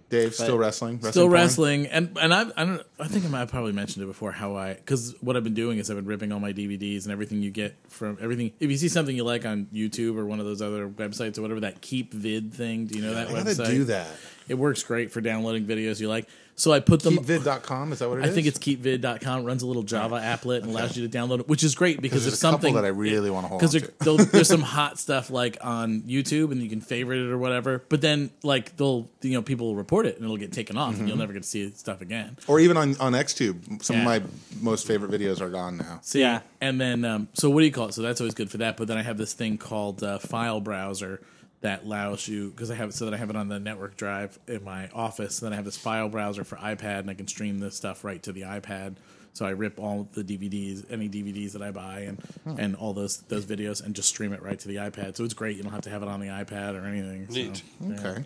Dave, still but- wrestling? still porn? wrestling, and and I I don't I think I might have probably mentioned it before how I because what I've been doing is I've been ripping all my DVDs and everything you get from everything. If you see something you like on YouTube or one of those other websites or whatever that keep vid thing, do you know that I website? gotta do that. It works great for downloading videos you like. So I put them. Keepvid.com, is that what it I is? think it's keepvid.com. Runs a little Java applet and allows you to download it, which is great because there's if a couple something that I really wanna hold because on there- there'll- there's some hot stuff like on YouTube and you can favorite it or whatever. But then like they'll you know people will report it and it'll get taken off Mm-hmm. and you'll never get to see stuff again. Or even on, on XTube. Some Yeah. of my most favorite videos are gone now. See, Yeah. And then, um, so what do you call it? So that's always good for that. But then I have this thing called uh, File Browser that allows you because I have so that I have it on the network drive in my office. And then I have this file browser for iPad, and I can stream this stuff right to the iPad. So I rip all the DVDs, any DVDs that I buy, and and all those those videos, and just stream it right to the iPad. So it's great. You don't have to have it on the iPad or anything. So, Neat. Hmm. yeah. Okay.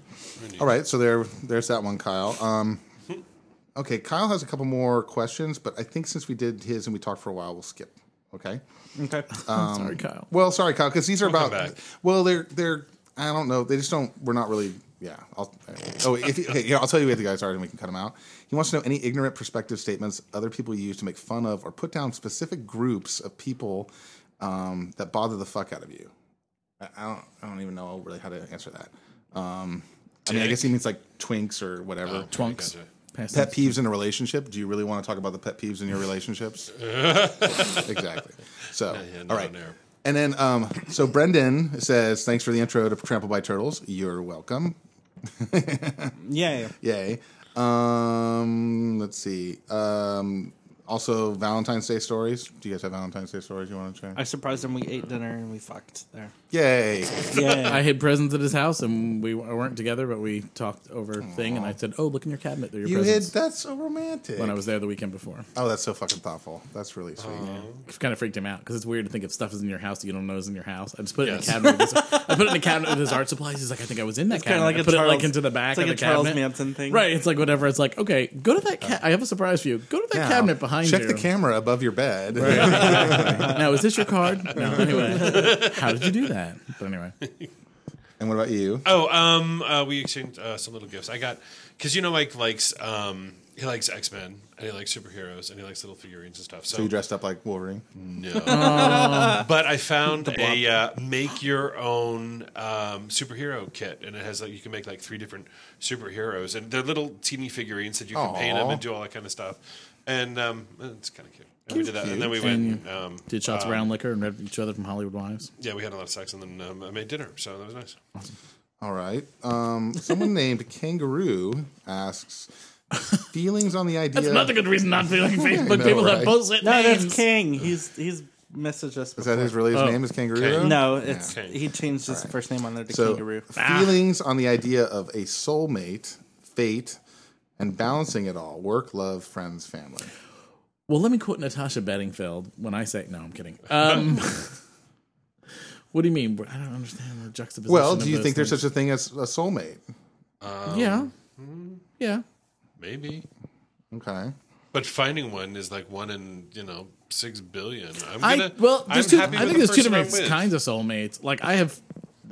All right. So there, there's that one, Kyle. Um, okay. Kyle has a couple more questions, but I think since we did his and we talked for a while, we'll skip. Okay. Okay. Sorry, Kyle. Well, sorry, Kyle, because these are We'll come about. back. Well, they're they're. I don't know. They just don't. We're not really. Yeah. I'll, oh, if you- okay. Yeah, I'll tell you what the guys are, and we can cut them out. He wants to know any ignorant perspective statements other people use to make fun of or put down specific groups of people um, that bother the fuck out of you. I, I don't. I don't even know really how to answer that. Um, I mean, I Dick. guess he means like twinks or whatever. Uh, Twunks. gotcha. Pass Pet it. peeves in a relationship. Do you really want to talk about the pet peeves in your relationships? exactly. So, yeah, no, all right. no. And then, um, so Brendan says, "Thanks for the intro to Trample by Turtles. You're welcome. yeah. Yay. Um, let's see. Um, also, Valentine's Day stories. Do you guys have Valentine's Day stories you want to share? I surprised him. We ate dinner and we fucked there. Yay. Yeah. I had presents at his house, and we weren't together, but we talked over thing, and I said, "Oh, look in your cabinet, there are your You hid. presents." That's so romantic. when I was there the weekend before. oh, that's so fucking thoughtful. That's really sweet. kind of freaked him out because it's weird to think if stuff is in your house that you don't know is in your house. I just put it Yes. in a cabinet. With his, I put it in a cabinet with his art supplies. He's like, I think I was in that kinda cabinet. like I a put it Charles- like into the it's back like of a the Charles cabinet. Manson thing. Uh, right? It's like whatever. It's like okay, go to that. Ca- I have a surprise for you. Go to that Now, cabinet behind Check you. the camera above your bed. now is this your card? No. Anyway, how did you do that? But anyway, and what about you? Oh, um, uh, we exchanged uh, some little gifts. I got because you know Mike likes um, he likes X Men and he likes superheroes and he likes little figurines and stuff. So, Oh. So you dressed up like Wolverine. no, but I found a uh, make your own um, superhero kit and it has like you can make like three different superheroes and they're little teeny figurines that you can paint them Aw. and do all that kind of stuff. And um, it's kind of cute. And we did that, and then we And went. Um, did shots of round liquor and read each other from Hollywood Wives. yeah, we had a lot of sex, and then um, I made dinner, so that was nice. All right. Um, someone named Kangaroo asks feelings on the idea. That's not a good reason not to be like Facebook. know, people right? that bullshit No, that's names. King. He's he's messaged us. is that his real name? Is Kangaroo? Okay. No, it's King. he changed his first name on there to So Kangaroo. Ah. feelings on the idea of a soulmate, fate, and balancing it all: work, love, friends, family. Well, let me quote Natasha Bedingfield when I say, no, I'm kidding. Um, what do you mean? I don't understand the juxtaposition. Well, of do you those think there's things. such a thing as a soulmate? Yeah. Yeah. Maybe Okay. But finding one is like one in you know six billion. I'm I, gonna. well, I'm there's two, I happy think with there's the two person I'm different with. kinds of soulmates. Like, I have.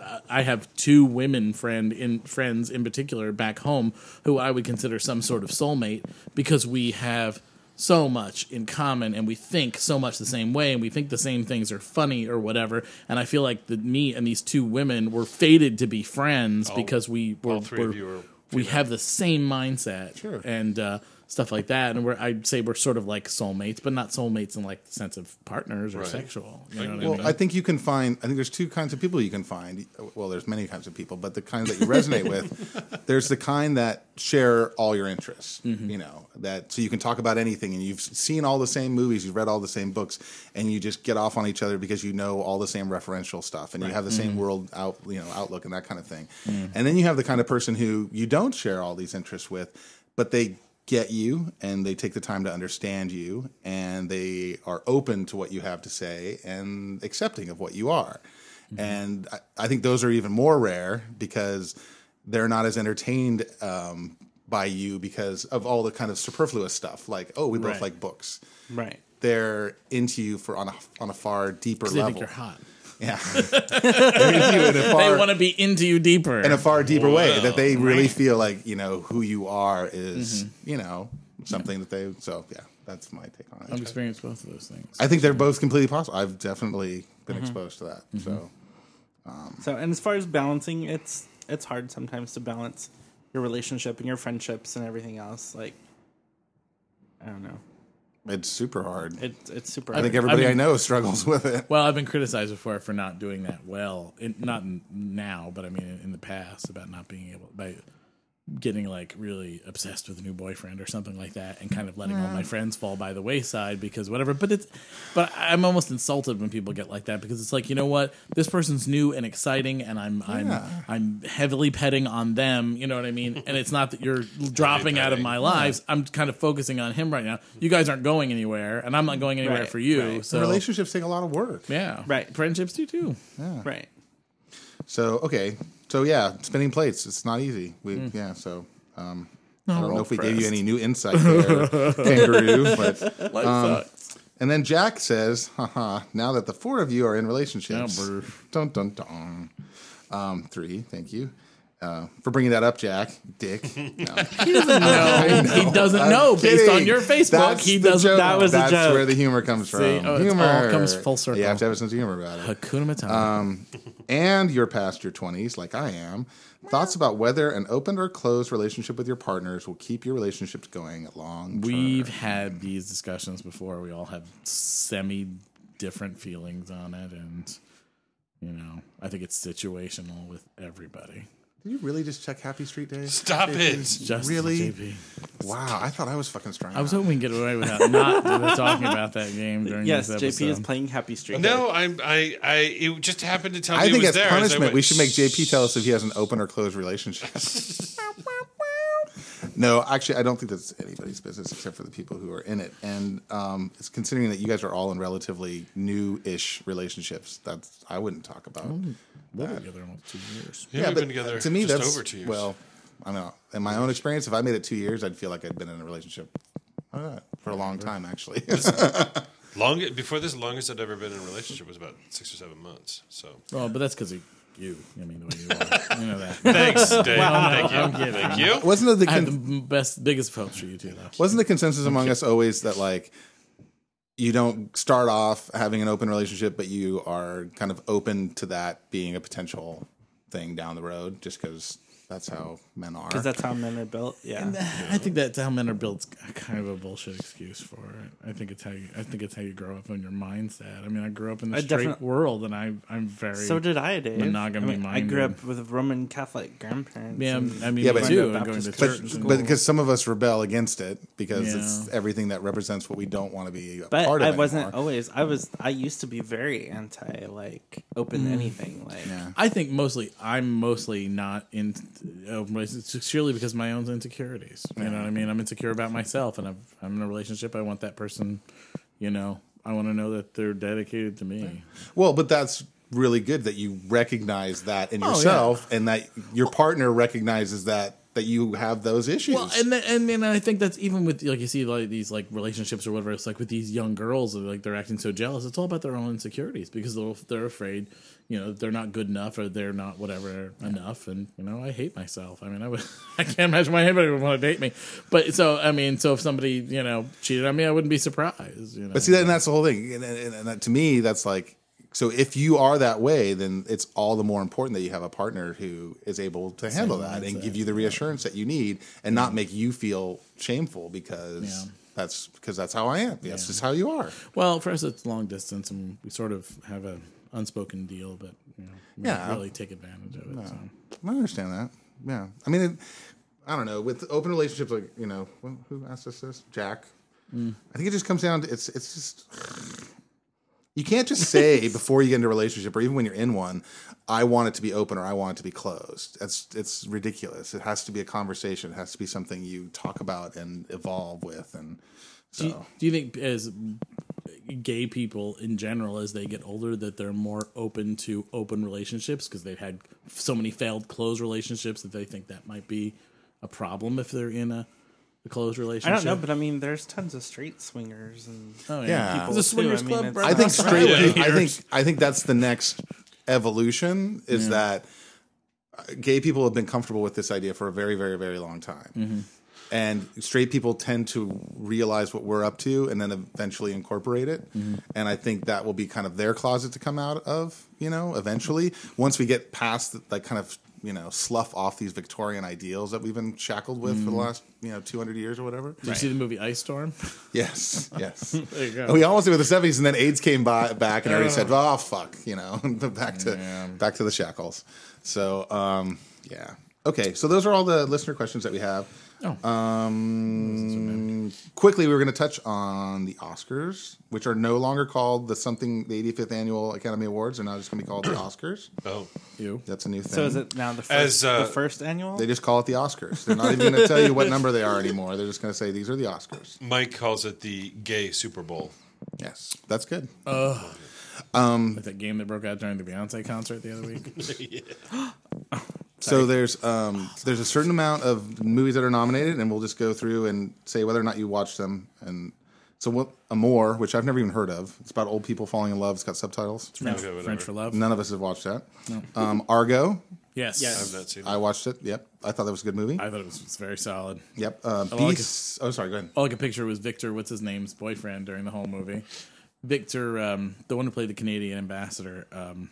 uh, I have two women friend in friends in particular back home who I would consider some sort of soulmate because we have so much in common and we think so much the same way and we think the same things are funny or whatever and I feel like that me and these two women were fated to be friends because we were all three of we're- you are we have the same mindset sure. and uh, stuff like that. And we're I'd say we're sort of like soulmates, but not soulmates in like the sense of partners or Right. sexual. You know what I Well, mean? I think you can find. I think there's two kinds of people you can find. Well, there's many kinds of people, but the kinds that you resonate with. There's the kind that share all your interests. Mm-hmm. You know that, so you can talk about anything, and you've seen all the same movies, you've read all the same books, and you just get off on each other because you know all the same referential stuff, and you have the same Mm-hmm. world out, you know, outlook and that kind of thing. Mm. And then you have the kind of person who you don't share all these interests with, but they get you and they take the time to understand you and they are open to what you have to say and accepting of what you are. Mm-hmm. And I, I think those are even more rare because they're not as entertained um, by you because of all the kind of superfluous stuff like, oh, we both Right. like books. Right. They're into you for on a, on a far deeper they level. think you're hot. Yeah. They're into you in a They far- want to be into you deeper. in a far deeper way that they really feel like you know who you are is you know something that they so yeah that's my take on it I've experienced both of those things. i think they're both completely possible i've definitely been exposed to that so So, and as far as balancing, it's it's hard sometimes to balance your relationship and your friendships and everything else. Like, I don't know. it's super hard It's it's super. i hard. think everybody i, mean- know struggles with it Well, I've been criticized before for not doing that well. In, not in, now, but I mean in, in the past about not being able by getting like really obsessed with a new boyfriend or something like that, and kind of letting all my friends fall by the wayside because whatever. But it's but I'm almost insulted when people get like that because it's like you know what this person's new and exciting, and I'm Yeah. I'm I'm heavily petting on them. You know what I mean? And it's not that you're dropping out of petting. my lives. I'm kind of focusing on him right now. You guys aren't going anywhere, and I'm not going anywhere Right, for you. right. So relationships take a lot of work yeah. Right. Friendships do too. right. so okay so yeah spinning plates it's not easy we yeah so um I don't know if we gave you any new insight there, kangaroo. But Life sucks. and then Jack says, "Haha! Now that the four of you are in relationships, Yeah, brr. dun dun dun." Um, three, thank you uh, for bringing that up, Jack. Dick. No. he doesn't know. He doesn't know based on your Facebook. he the doesn't. joke. That was a That's joke. where the humor comes from. oh, it's all humor comes full circle. You have to have a sense of humor about it Hakuna Matata. Um, and you're past your 20s, like I am, thoughts about whether an open or closed relationship with your partners will keep your relationships going long. We've had these discussions before. We all have semi different feelings on it, and you know, I think it's situational with everybody. Did you really just check Happy Street Days? Stop it. Just Really? JP. Wow, I thought I was fucking strong. I was hoping we can get away without not talking about that game during Yes, this JP is episode. playing Happy Street. No, I'm. I. I. It just happened to tell me. I think it was as there, as I punishment, went, we should make JP tell us if he has an open or closed relationship. no, actually, I don't think that's anybody's business except for the people who are in it. And um, it's considering that you guys are all in relatively new-ish relationships. That's I wouldn't talk about. We've been together almost two years. Yeah, we've been together. To me, just that's over two years. Well, I know. In my own experience, if I made it two years, I'd feel like I'd been in a relationship uh, for a long time. Actually, long before this, the longest I'd ever been in a relationship was about six or seven months. So Well, but that's because of you. I mean, the way you are. you know that. thanks, Dave. Thank you. Thank you. wasn't it the I con- had the best, biggest hopes for you too, though. wasn't the consensus among us always that like you don't start off having an open relationship, but you are kind of open to that being a potential thing down the road, just because that's how men are. because that's how men are built. Yeah. I think that's how men are built. Kind of a bullshit excuse for it. I think it's how you. I think it's how you grow up in your mindset. I mean, I grew up in the I straight definite- world, and I I'm very So did I, Dave. Monogamy I, mean, I grew minded. up with Roman Catholic grandparents. Yeah, and- I mean, Yeah, yeah, but- but too, and going Baptist to but church. Christian and but because some of us rebel against it because it's Yeah. everything that represents what we don't want to be a But part of. I wasn't anymore. always. I was. I used to be very anti, like open Mm. to anything. Like I think mostly I'm mostly not in uh, relationships purely because of my own insecurities. You know what I mean? I'm insecure about myself, and I've, I'm in a relationship. I want that person. You know, I want to know that they're dedicated to me. Well, but that's really good that you recognize that in yeah. yourself and that your partner recognizes that that you have those issues. Well, and then, and and I think that's even with like you see like these like relationships or whatever. It's like with these young girls, they're, like they're acting so jealous. It's all about their own insecurities because they're they're afraid, you know, they're not good enough or they're not whatever enough. And you know, I hate myself. I mean, I would I can't imagine why anybody would want to date me. But so I mean, so if somebody you know cheated on me, I wouldn't be surprised. You know, but see, that, and that's the whole thing. And, and, and that, to me, that's like So if you are that way, then it's all the more important that you have a partner who is able to handle that and mindset, give you the reassurance that you need, and not make you feel shameful because Yeah. that's because that's how I am. That's just how you are. Well, for us, it's long distance, and we sort of have an unspoken deal, but you know, we don't Yeah. really take advantage of it. So. I understand that. Yeah. I mean, it, I don't know. With open relationships, like you know, wh- who asked us this? Jack. I think it just comes down to it's it's just you can't just say before you get into a relationship or even when you're in one, I want it to be open or I want it to be closed. That's it's ridiculous. It has to be a conversation. It has to be something you talk about and evolve with. And so Do, you, do you think as gay people in general, as they get older, that they're more open to open relationships because they've had so many failed closed relationships that they think that might be a problem if they're in a, a closed I relationship? don't know, but I mean, there's tons of straight swingers and oh, Yeah. It's a It's a swingers I mean, club. it's- bro. I think straight. Yeah. I think I think that's the next evolution. Is that uh, gay people have been comfortable with this idea for a very, very, very long time, Mm-hmm. and straight people tend to realize what we're up to and then eventually incorporate it. Mm-hmm. And I think that will be kind of their closet to come out of. You know, eventually, once we get past the, that kind of you know slough off these Victorian ideals that we've been shackled with for the last you know two hundred years or whatever. Mm-hmm. Did you see the movie Ice Storm? Yes, yes. There you go. We almost did with the seventies, and then AIDS came by, back, and everybody said, "Oh fuck," you know, back to back to the shackles. So, um, yeah. Okay, so those are all the listener questions that we have. Oh. Um, quickly, we were going to touch on the Oscars, which are no longer called the something the 85th annual Academy Awards. They're now just going to be called the Oscars. Oh, you. That's a new thing. So is it now the first, As, uh, the first annual? They just call it the Oscars. They're not even going to tell you what number they are anymore. They're just going to say these are the Oscars. Mike calls it the gay Super Bowl. Yes, that's good. Like that game that broke out during the Beyonce concert the other week. So there's um, there's a certain amount of movies that are nominated, and we'll just go through and say whether or not you watch them. And so what? Amore, which I've never even heard of. It's about old people falling in love. It's got subtitles. French, whatever. French for Love. None of us have watched that. Um, Argo, Yes. Yes. I've not seen it. I watched it. Yep, I thought that was a good movie. I thought it was, was very solid. yep. Um, like Beast. Oh, sorry. Go ahead. all I could picture was Victor, what's his name's boyfriend during the whole movie. Victor, um, the one who played the Canadian ambassador, um,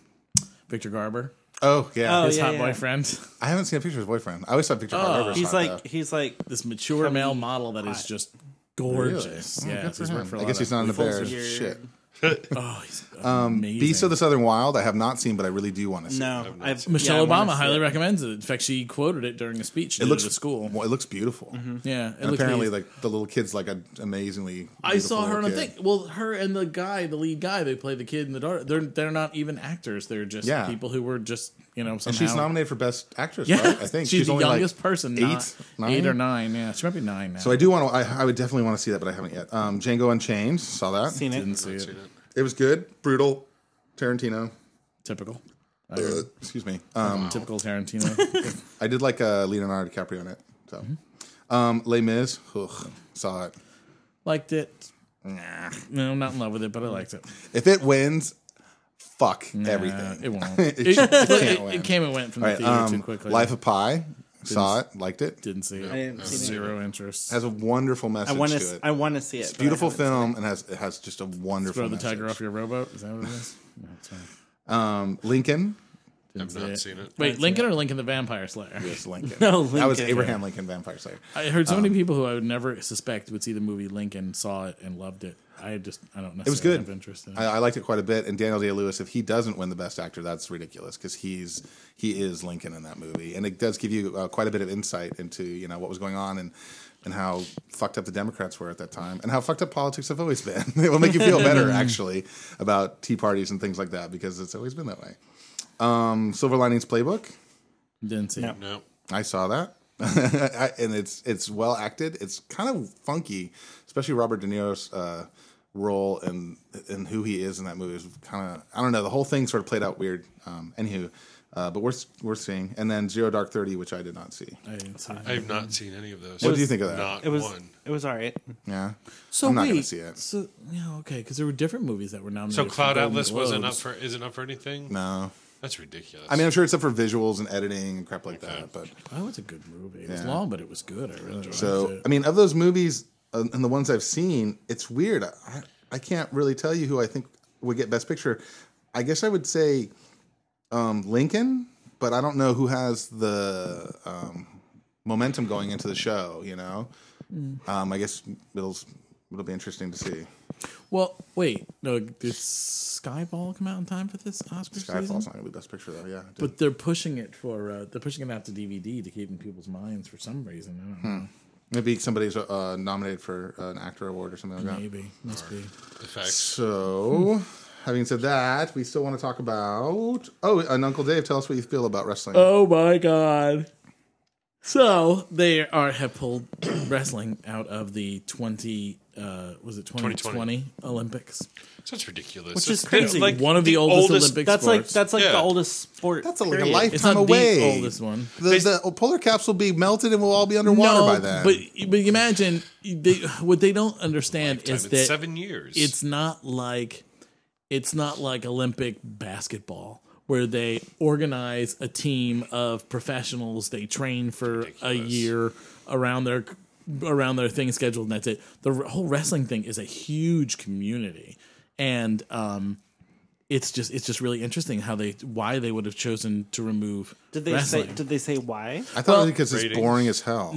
Victor Garber, Oh yeah. Oh, his yeah, hot yeah. boyfriend, I haven't seen a picture of his boyfriend. I always saw a picture Oh, of Argo. he's like he's like this mature male model that is just gorgeous. Really? Oh, Yeah, good for he's worked him. for a I lot guess of- he's not in the Um, full bear. year. Shit. Oh, he's amazing. Beast of the Southern Wild. I have not seen, but I really do want to see. it. no. I've, Michelle yeah, I wanna Obama see highly it. recommends it. In fact, she quoted it during a speech. She It did looks at school. Well, it looks beautiful. Yeah, Mm-hmm. it And looks apparently, amazing. like the little kid's like a amazingly. I saw her beautiful on a kid. thing. Well, her and the guy, the lead guy, they play the kid and the daughter. They're they're not even actors. They're just Yeah. people who were just you know. And Somehow she's nominated for best actress, Yeah, right? I think she's, the only like youngest person. eight, not- nine? eight or nine. Yeah, she might be nine now. So I do want to. I, I would definitely want to see that, but I haven't yet. Um, Django Unchained, saw that. seen it. didn't see it. It was good, brutal, Tarantino. Uh, Typical, Excuse me. Um, typical Tarantino. I did like uh, Leonardo DiCaprio in it. So, um, Les Mis, ugh, saw it. liked it. No, I'm not in love with it, but I liked it. If it wins, fuck Uh, everything. it won't. It It, can't it- it win. came and went from All the right, theater too um, quickly. Life of Pi, saw it, liked it. didn't see it. I didn't see it. Zero interest. Has a wonderful message I want to to it. I want to see it. but I Beautiful haven't seen film, and has it has just a wonderful. Throw the message. tiger off your rowboat. Is that what it is? No, it's fine. Um, Lincoln. Didn't I've not seen it. Wait, Lincoln or Lincoln the Vampire Slayer? Yes, Lincoln. No, That was Lincoln. Abraham Lincoln, Vampire Slayer. I heard so many Um, people who I would never suspect would see the movie Lincoln saw it and loved it. I just I don't necessarily It was good. have interest in it. I, I liked it quite a bit. And Daniel Day Lewis, if he doesn't win the Best Actor, that's ridiculous because he's he is Lincoln in that movie, and it does give you uh, quite a bit of insight into you know what was going on and and how fucked up the Democrats were at that time, and how fucked up politics have always been. it will make you feel better actually about tea parties and things like that because it's always been that way. Um, Silver Linings Playbook, Didn't see it. No. I saw that. I- and it's it's well acted. It's kind of funky, especially Robert De Niro's uh, role and and who he is in that movie is kind of I don't know. The whole thing sort of played out weird. Um, anywho, uh, but we're we're seeing. And then Zero Dark Thirty, which I did not see. I didn't see it. I've not seen any of those. What do you think of that? Not It was one. it was all right. Yeah, So I'm not gonna wait, see it. So yeah, okay, because there were different movies that were nominated. So for Cloud Golden Atlas wasn't up Globes. for isn't up for anything. no. That's ridiculous. I mean, I'm sure it's up for visuals and editing and crap like that. But Oh, it's a good movie. It was Yeah. long, but it was good. I really enjoyed so it. I mean, of those movies uh, and the ones I've seen, it's weird. I I can't really tell you who I think would get Best Picture. I guess I would say um, Lincoln, but I don't know who has the um, momentum going into the show. You know, Mm. um, I guess it'll it'll be interesting to see. Well, wait, no, did Skyfall come out in time for this Oscar season? Skyfall's not gonna be best picture though. Yeah, it did. But they're pushing it for uh, they're pushing it out to DVD to keep in people's minds for some reason. I don't know. maybe somebody's uh, nominated for an actor award or something like that. Maybe must be. Effects. So, having said that, we still want to talk about. Oh, and Uncle Dave, tell us what you feel about wrestling. Oh my god! So they are have pulled wrestling out of the twenty uh, was it twenty twenty Olympics, Sounds ridiculous. Which is It's crazy. Like one of the, oldest, Olympic That's like sports. that's like the Yeah. oldest sport. That's a, like a period. it's lifetime not away. the oldest one. The, the polar caps will be melted and we'll all be underwater by then. But but imagine they, what they don't understand time. is It's that seven years. it's not like it's not like Olympic basketball where they organize a team of professionals. They train for a Ridiculous. year around their around their thing scheduled, and that's it. The r- whole wrestling thing is a huge community, and um, it's just it's just really interesting how they why they would have chosen to remove. Did they wrestling. say? Did they say why? I thought because it's ratings. boring as hell.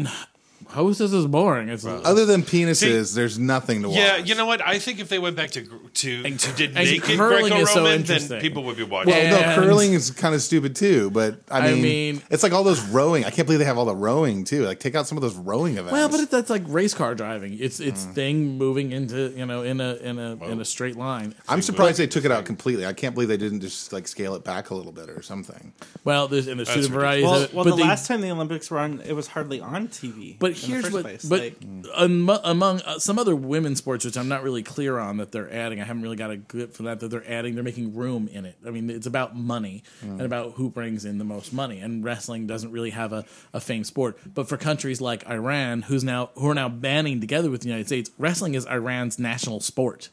How is this is boring? It's Other than penises, there's nothing to watch. yeah, you know what? I think if they went back to gr- to to did and naked curling Greco-Roman, is so interesting. then people would be watching. Well, No, And- curling is kind of stupid too, but I I mean, mean- it's like all those rowing. I can't believe they have all the rowing too. Like, take out some of those rowing events. Well, but it, that's like race car driving. It's it's thing moving into you know in a in a in a straight line. I'm surprised they took it out completely. I can't believe they didn't just like scale it back a little bit or something. Well, there's and there's two That's varieties. Well, of it, well but the they- last time the Olympics were on, it was hardly on TV. But in the here's first what, place. but Like, mm. amo- among uh, some other women's sports, which I'm not really clear on that they're adding. I haven't really got a grip for that. That they're adding, they're making room in it. I mean, it's about money and about who brings in the most money. And wrestling doesn't really have a, a famed sport. But for countries like Iran, who's now who are now banning together with the United States, wrestling is Iran's national sport.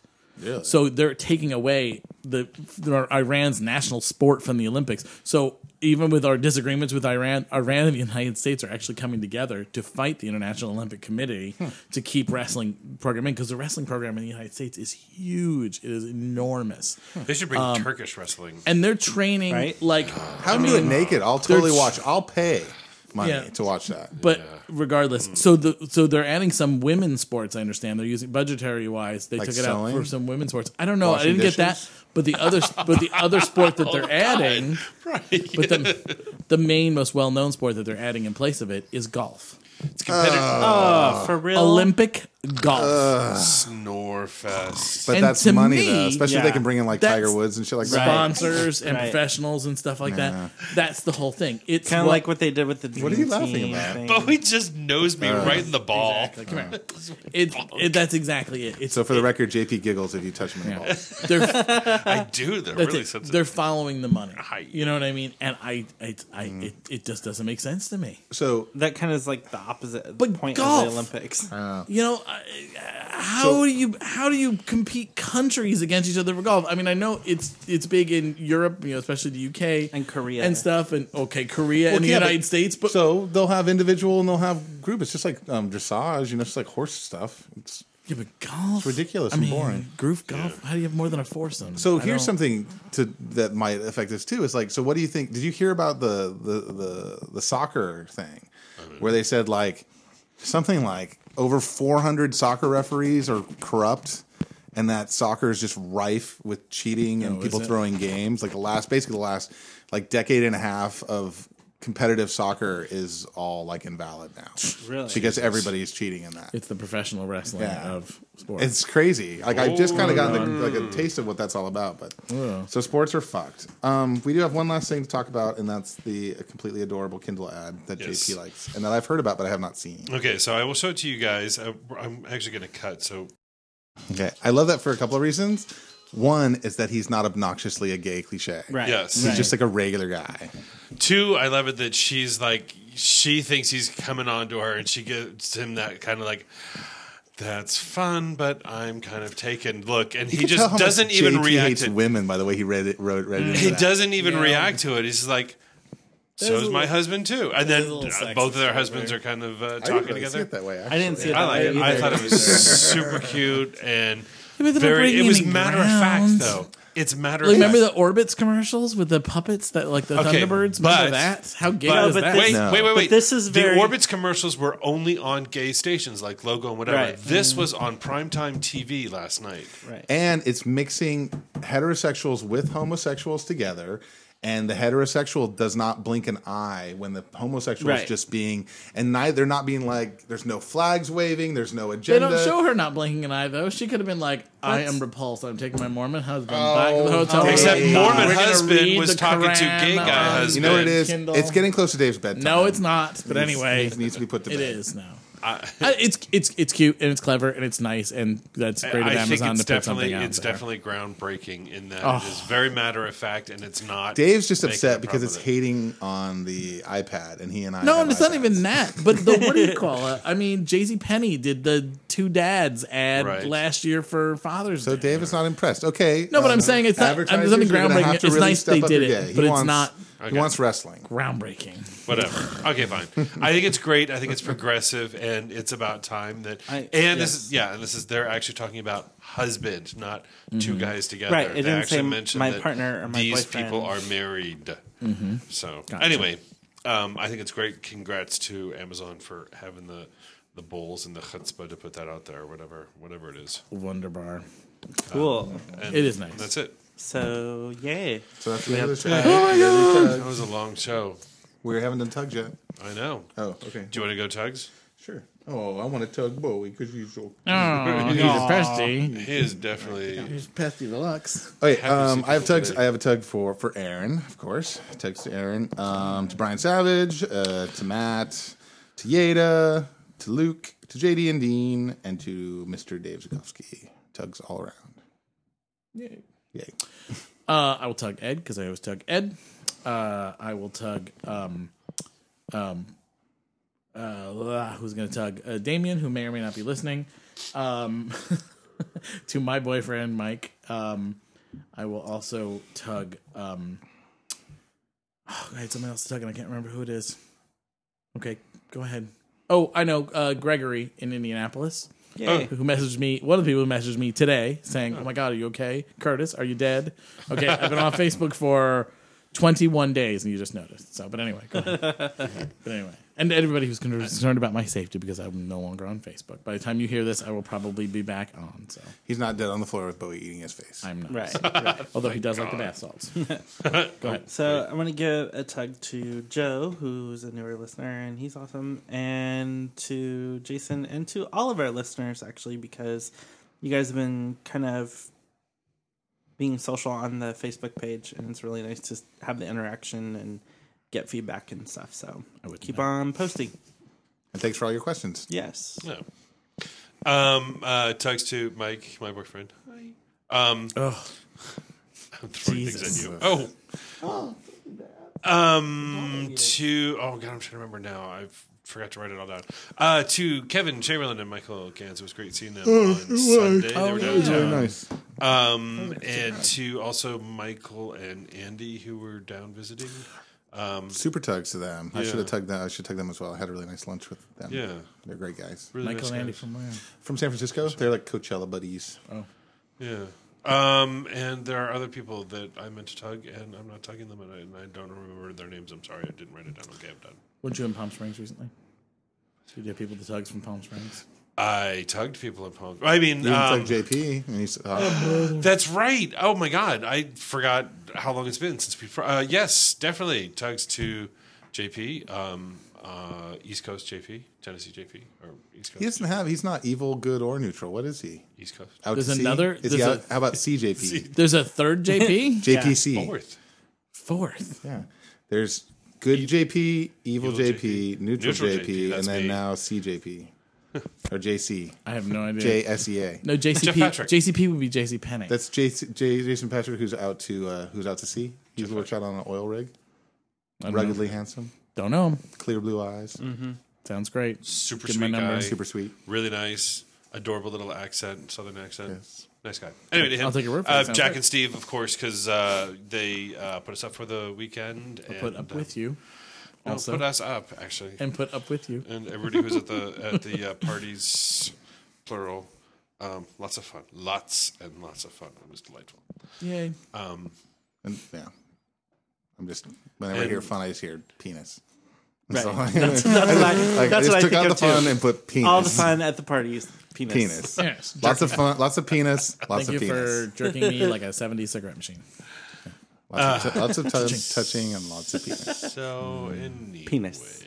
So they're taking away the, the Iran's national sport from the Olympics. So even with our disagreements with Iran, Iran and the United States are actually coming together to fight the International Olympic Committee to keep wrestling programming because the wrestling program in the United States is huge. It is enormous, they should bring um, Turkish wrestling. and they're training Right. like How do it naked? I'll totally there's- watch. I'll pay money Yeah. to watch that. But regardless, so the so they're adding some women's sports. I understand they're using budgetary wise. They Like took it out sewing? for some women's sports. I don't know. I Washing didn't get that. dishes? Oh, But the other but the other sport that they're adding, but the the main most well known sport that they're adding in place of it is golf. It's competitive. uh, oh, for real. Olympic golf. Snorefest. but and that's to money me- though, especially if they Yeah. can bring in like That's- Tiger Woods and shit like that. Sponsors and Right. professionals and stuff like Nah. that. That's the whole thing. It's kind of what- like what they did with the Dream What are you laughing Team about? thing. Bowie just knows me right in the ball. it, it- That's exactly it. It's So for the record, JP giggles if you touch him in the balls. they're I do. They're That's really it. sensitive. They're following the money. Right. You know what I mean? And I, I, I Mm-hmm. it, it just doesn't make sense to me. So that kind of is like the opposite But point golf. of the Olympics. Uh, You know, I, how do you how do you compete countries against each other for golf? I mean, I know it's it's big in Europe, you know, especially the UK And Korea. and stuff, and okay, Korea and the yeah, but- United States, but so they'll have individual and they'll have group. It's just like um, dressage, you know, it's just like horse stuff. It's yeah, but golf, it's ridiculous and boring. Groove golf. How do you have more than a foursome? So I here's don't- something to that might affect this too. Is like, so what do you think? Did you hear about the the the, the soccer thing, where they said like something like over 400 soccer referees are corrupt, and that soccer is just rife with cheating and Oh, people is it? throwing games. Like the last, basically the last like decade and a half of competitive soccer is all like invalid now, Really? because everybody's cheating in that. It's the professional wrestling Yeah. of sports. It's crazy. Like I just kind of got the, like a taste of what that's all about. But so sports are fucked. Um, we do have one last thing to talk about, and that's the completely adorable Kindle ad that Yes. JP likes and that I've heard about but I have not seen. okay, so I will show it to you guys. I, I'm actually going to cut. So Okay, I love that for a couple of reasons. One is that he's not obnoxiously a gay cliche. Right. yes, He's just like a regular guy. Two, I love it that she's like she thinks he's coming on to her, and she gives him that kind of like. That's fun, but I'm kind of taken. Look, and he You can tell how just much doesn't even JP react hates to women by the way he read it. Wrote read it. He doesn't even Yeah. react to it. He's just like, There's "So's a my little- husband too." And then there's a little uh, sexist both of their right husbands there. are kind of uh, I didn't talking really see together. it that way. I didn't see it. I that like way it. I either. thought it was super cute and but they're very. bringing It was in matter of fact grounds. though. it's a matter. Like, of remember fact. the Orbits commercials with the puppets that like the Okay, Thunderbirds? but- remember that? How gay But was that? wait, No. wait, wait, But wait. this is very- the Orbitz commercials were only on gay stations like Logo and whatever. Right. This was on primetime TV last night. Right. and it's mixing heterosexuals with homosexuals together and the heterosexual does not blink an eye when the homosexual Right. is just being and neither they're not being like there's no flags waving there's no They agenda don't show her not blinking an eye though. She could have been like, "I am repulsed. I'm taking my Mormon husband back to Oh, the hotel." room. Except Hey. Mormon We're gonna husband read was the talking to Quran gay guy on- uh, you husband. know what it is Kindle. it's getting close to dave's bedtime No, it's not. But anyway, it needs to be put to it bed is now. I- it's it's it's cute and it's clever and it's nice and that's great of I think Amazon it's to put something definitely out it's there. definitely groundbreaking in that Oh. it is very matter of fact and it's not. dave's just making upset a because it's problem. hating on the ipad and he and i No, have and it's not iPads. even that. But the what do you call it? I mean, Jay Z Penny did the two dads ad Right. last year for Father's so Day. dave is not impressed okay um, No, but I'm saying it's not- advertisers, something you're gonna groundbreaking. have to It's nice step they up did your it, game. He but it's wants- not- Okay. he wants wrestling groundbreaking. Whatever. Okay, fine. I think it's great. I think it's progressive, and it's about time that. I- and this yes. is yeah, and this is they're actually talking about husband, not two guys together. Mm-hmm. Right, it They didn't actually say mentioned my that partner or my these boyfriend. Mm-hmm. people are married. So anyway, um, I think it's great. Congrats to Amazon for having the the balls and the chutzpah to put that out there, or whatever, whatever it is. Wonder Bar. Cool. And It is nice. That's it. So yay. so that's the end of the show Oh That was a long show. we haven't done tugs yet I know. oh okay Do you want to go tugs? Sure. Oh, I want to tug Bowie because you so. Oh, he's a pesty. He is definitely. He's pesty deluxe. Okay, Happy um, I have sequel tugs. today. I have a tug for for Aaron, of course. Tugs to Aaron, um, to Brian Savage, uh, to Matt, to Yada, to Luke, to JD and Dean, and to Mr. Dave Zagowski. Tugs all around. Yay! Yay! Uh, I will tug Ed because I always tug Ed. Uh, I will tug um, um, uh, ah, who's gonna tug uh, Damien, who may or may not be listening. Um, to my boyfriend Mike. Um, I will also tug. Um, oh, I had someone else to tug, and I can't remember who it is. Okay, go ahead. Oh, I know uh, Gregory in Indianapolis Yay. who messaged me, one of the people who messaged me today saying, Oh my God, are you okay? Curtis, are you dead? Okay, I've been on Facebook for 21 days and you just noticed. So, but anyway, go ahead. but anyway, and everybody who's concerned about my safety because I'm no longer on Facebook. By the time you hear this, I will probably be back on. So, He's not dead on the floor with Bowie eating his face. I'm not. Right. Although he does like the bath salts. go ahead. So I'm gonna give a tug to Joe, who's a newer listener, and he's awesome, and to Jason, and to all of our listeners actually, because you guys have been kind of being social on the Facebook page, and it's really nice to have the interaction and get feedback and stuff. So I would wouldn't keep know. on posting. and thanks for all your questions. Yes. No. Um, uh, tugs to Mike, my boyfriend. Hi. Um, Oh, I'm throwing Jesus. things at you. Oh. Um, to oh god, I'm trying to remember now. I forgot to write it all down. Uh, to Kevin Chamberlain and Michael Gans. It was great seeing them Oh, on Sunday. They were downtown. nice. Um, and to also Michael and Andy who were down visiting. Super tugs to them. I Yeah. should have tugged them. I should tug them as well. I had a really nice lunch with them. Yeah. they're great guys Really Michael nice and Andy guys. from where? from San Francisco. They're like Coachella buddies. Yeah. Um, and there are other people that I meant to tug, and I'm not tugging them, and I, and I don't remember their names. I'm sorry, I didn't write it down. Okay, I'm done. Weren't you in Palm Springs recently? Did you have people to tugs from Palm Springs? I tugged people in Palm. I mean, You didn't um, tug JP, and he's uh, that's right. Oh my God, I forgot how long it's been since we. Uh, yes, definitely tugs to JP, um, uh, East Coast JP, Tennessee JP, or East Coast. he doesn't have. He's not evil, good, or neutral. What is he? East Coast. Out There's to sea? another- Is there's he out, a- how about CJP? There's a third JP? JPC. Fourth. Fourth. Yeah. There's good JP, Evil evil, JP, JP, neutral, neutral JP, JP, and that's then me. now CJP or JC, I have no idea. JSEA. No, JCP. Jeff Patrick. JCP would be JC Penny. E That's JC, J, Jason Patrick, who's out to uh, who's out to sea. He's worked out on an oil rig. Ruggedly handsome, Don't know. him. clear blue eyes, Sounds great. Super Give him a sweet number. guy. super sweet. Really nice, adorable little accent, southern accent. Yes. Nice guy. Anyway, to him, I'll take your word for it. uh, Sounds Jack great. and Steve, of course, because uh, they uh, put us up for the weekend. And, Put up uh, with you. no, also. put us up actually, and, And put up with you. everybody who was at the at the uh, parties, plural, Um, lots of fun. Lots and lots of fun. It was delightful. Yay. And, yeah. I'm just whenever I And- hear fun, I just hear penis. Right. So, that's, that's what I, like, I that's just what I took think out the of too. fun and put penis. All the fun at the party is penis. Penis. Yes. Lots of fun. Lots of penis. Lots Thank you of penis. for jerking me like a 70 cigarette machine. Lots of, t- lots of tou- touching and lots of penis. So anyway, Penis.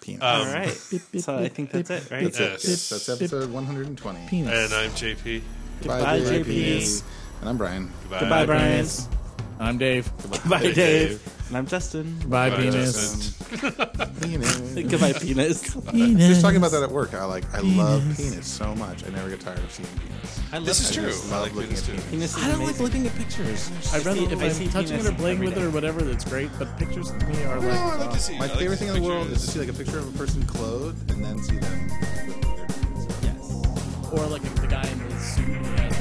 Penis. All right. So I think that's it, right? Yes. That's episode 120. Penis. And I'm JP. Goodbye, Bye, JP. JP. And I'm Brian. Goodbye, Brian. Penis. I'm Dave. Goodbye, Dave. Dave. And I'm Justin. Bye, Bye, penis. Justin. Penis. Goodbye, penis. Just talking about that at work. I like. I love penis so much. I never get tired of seeing penis. I love This is penis. true. just I love like looking penis at too. penis. Penis is I don't like amazing. looking at pictures. I see- rather if if I I'm see touching penis it or playing every with it day. or whatever, that's great. But pictures to me are Oh, I like like to see. My I like favorite to see thing in the world is pictures. to see like a picture of a person clothed and then see them. with their penis. or like the guy in the suit. who has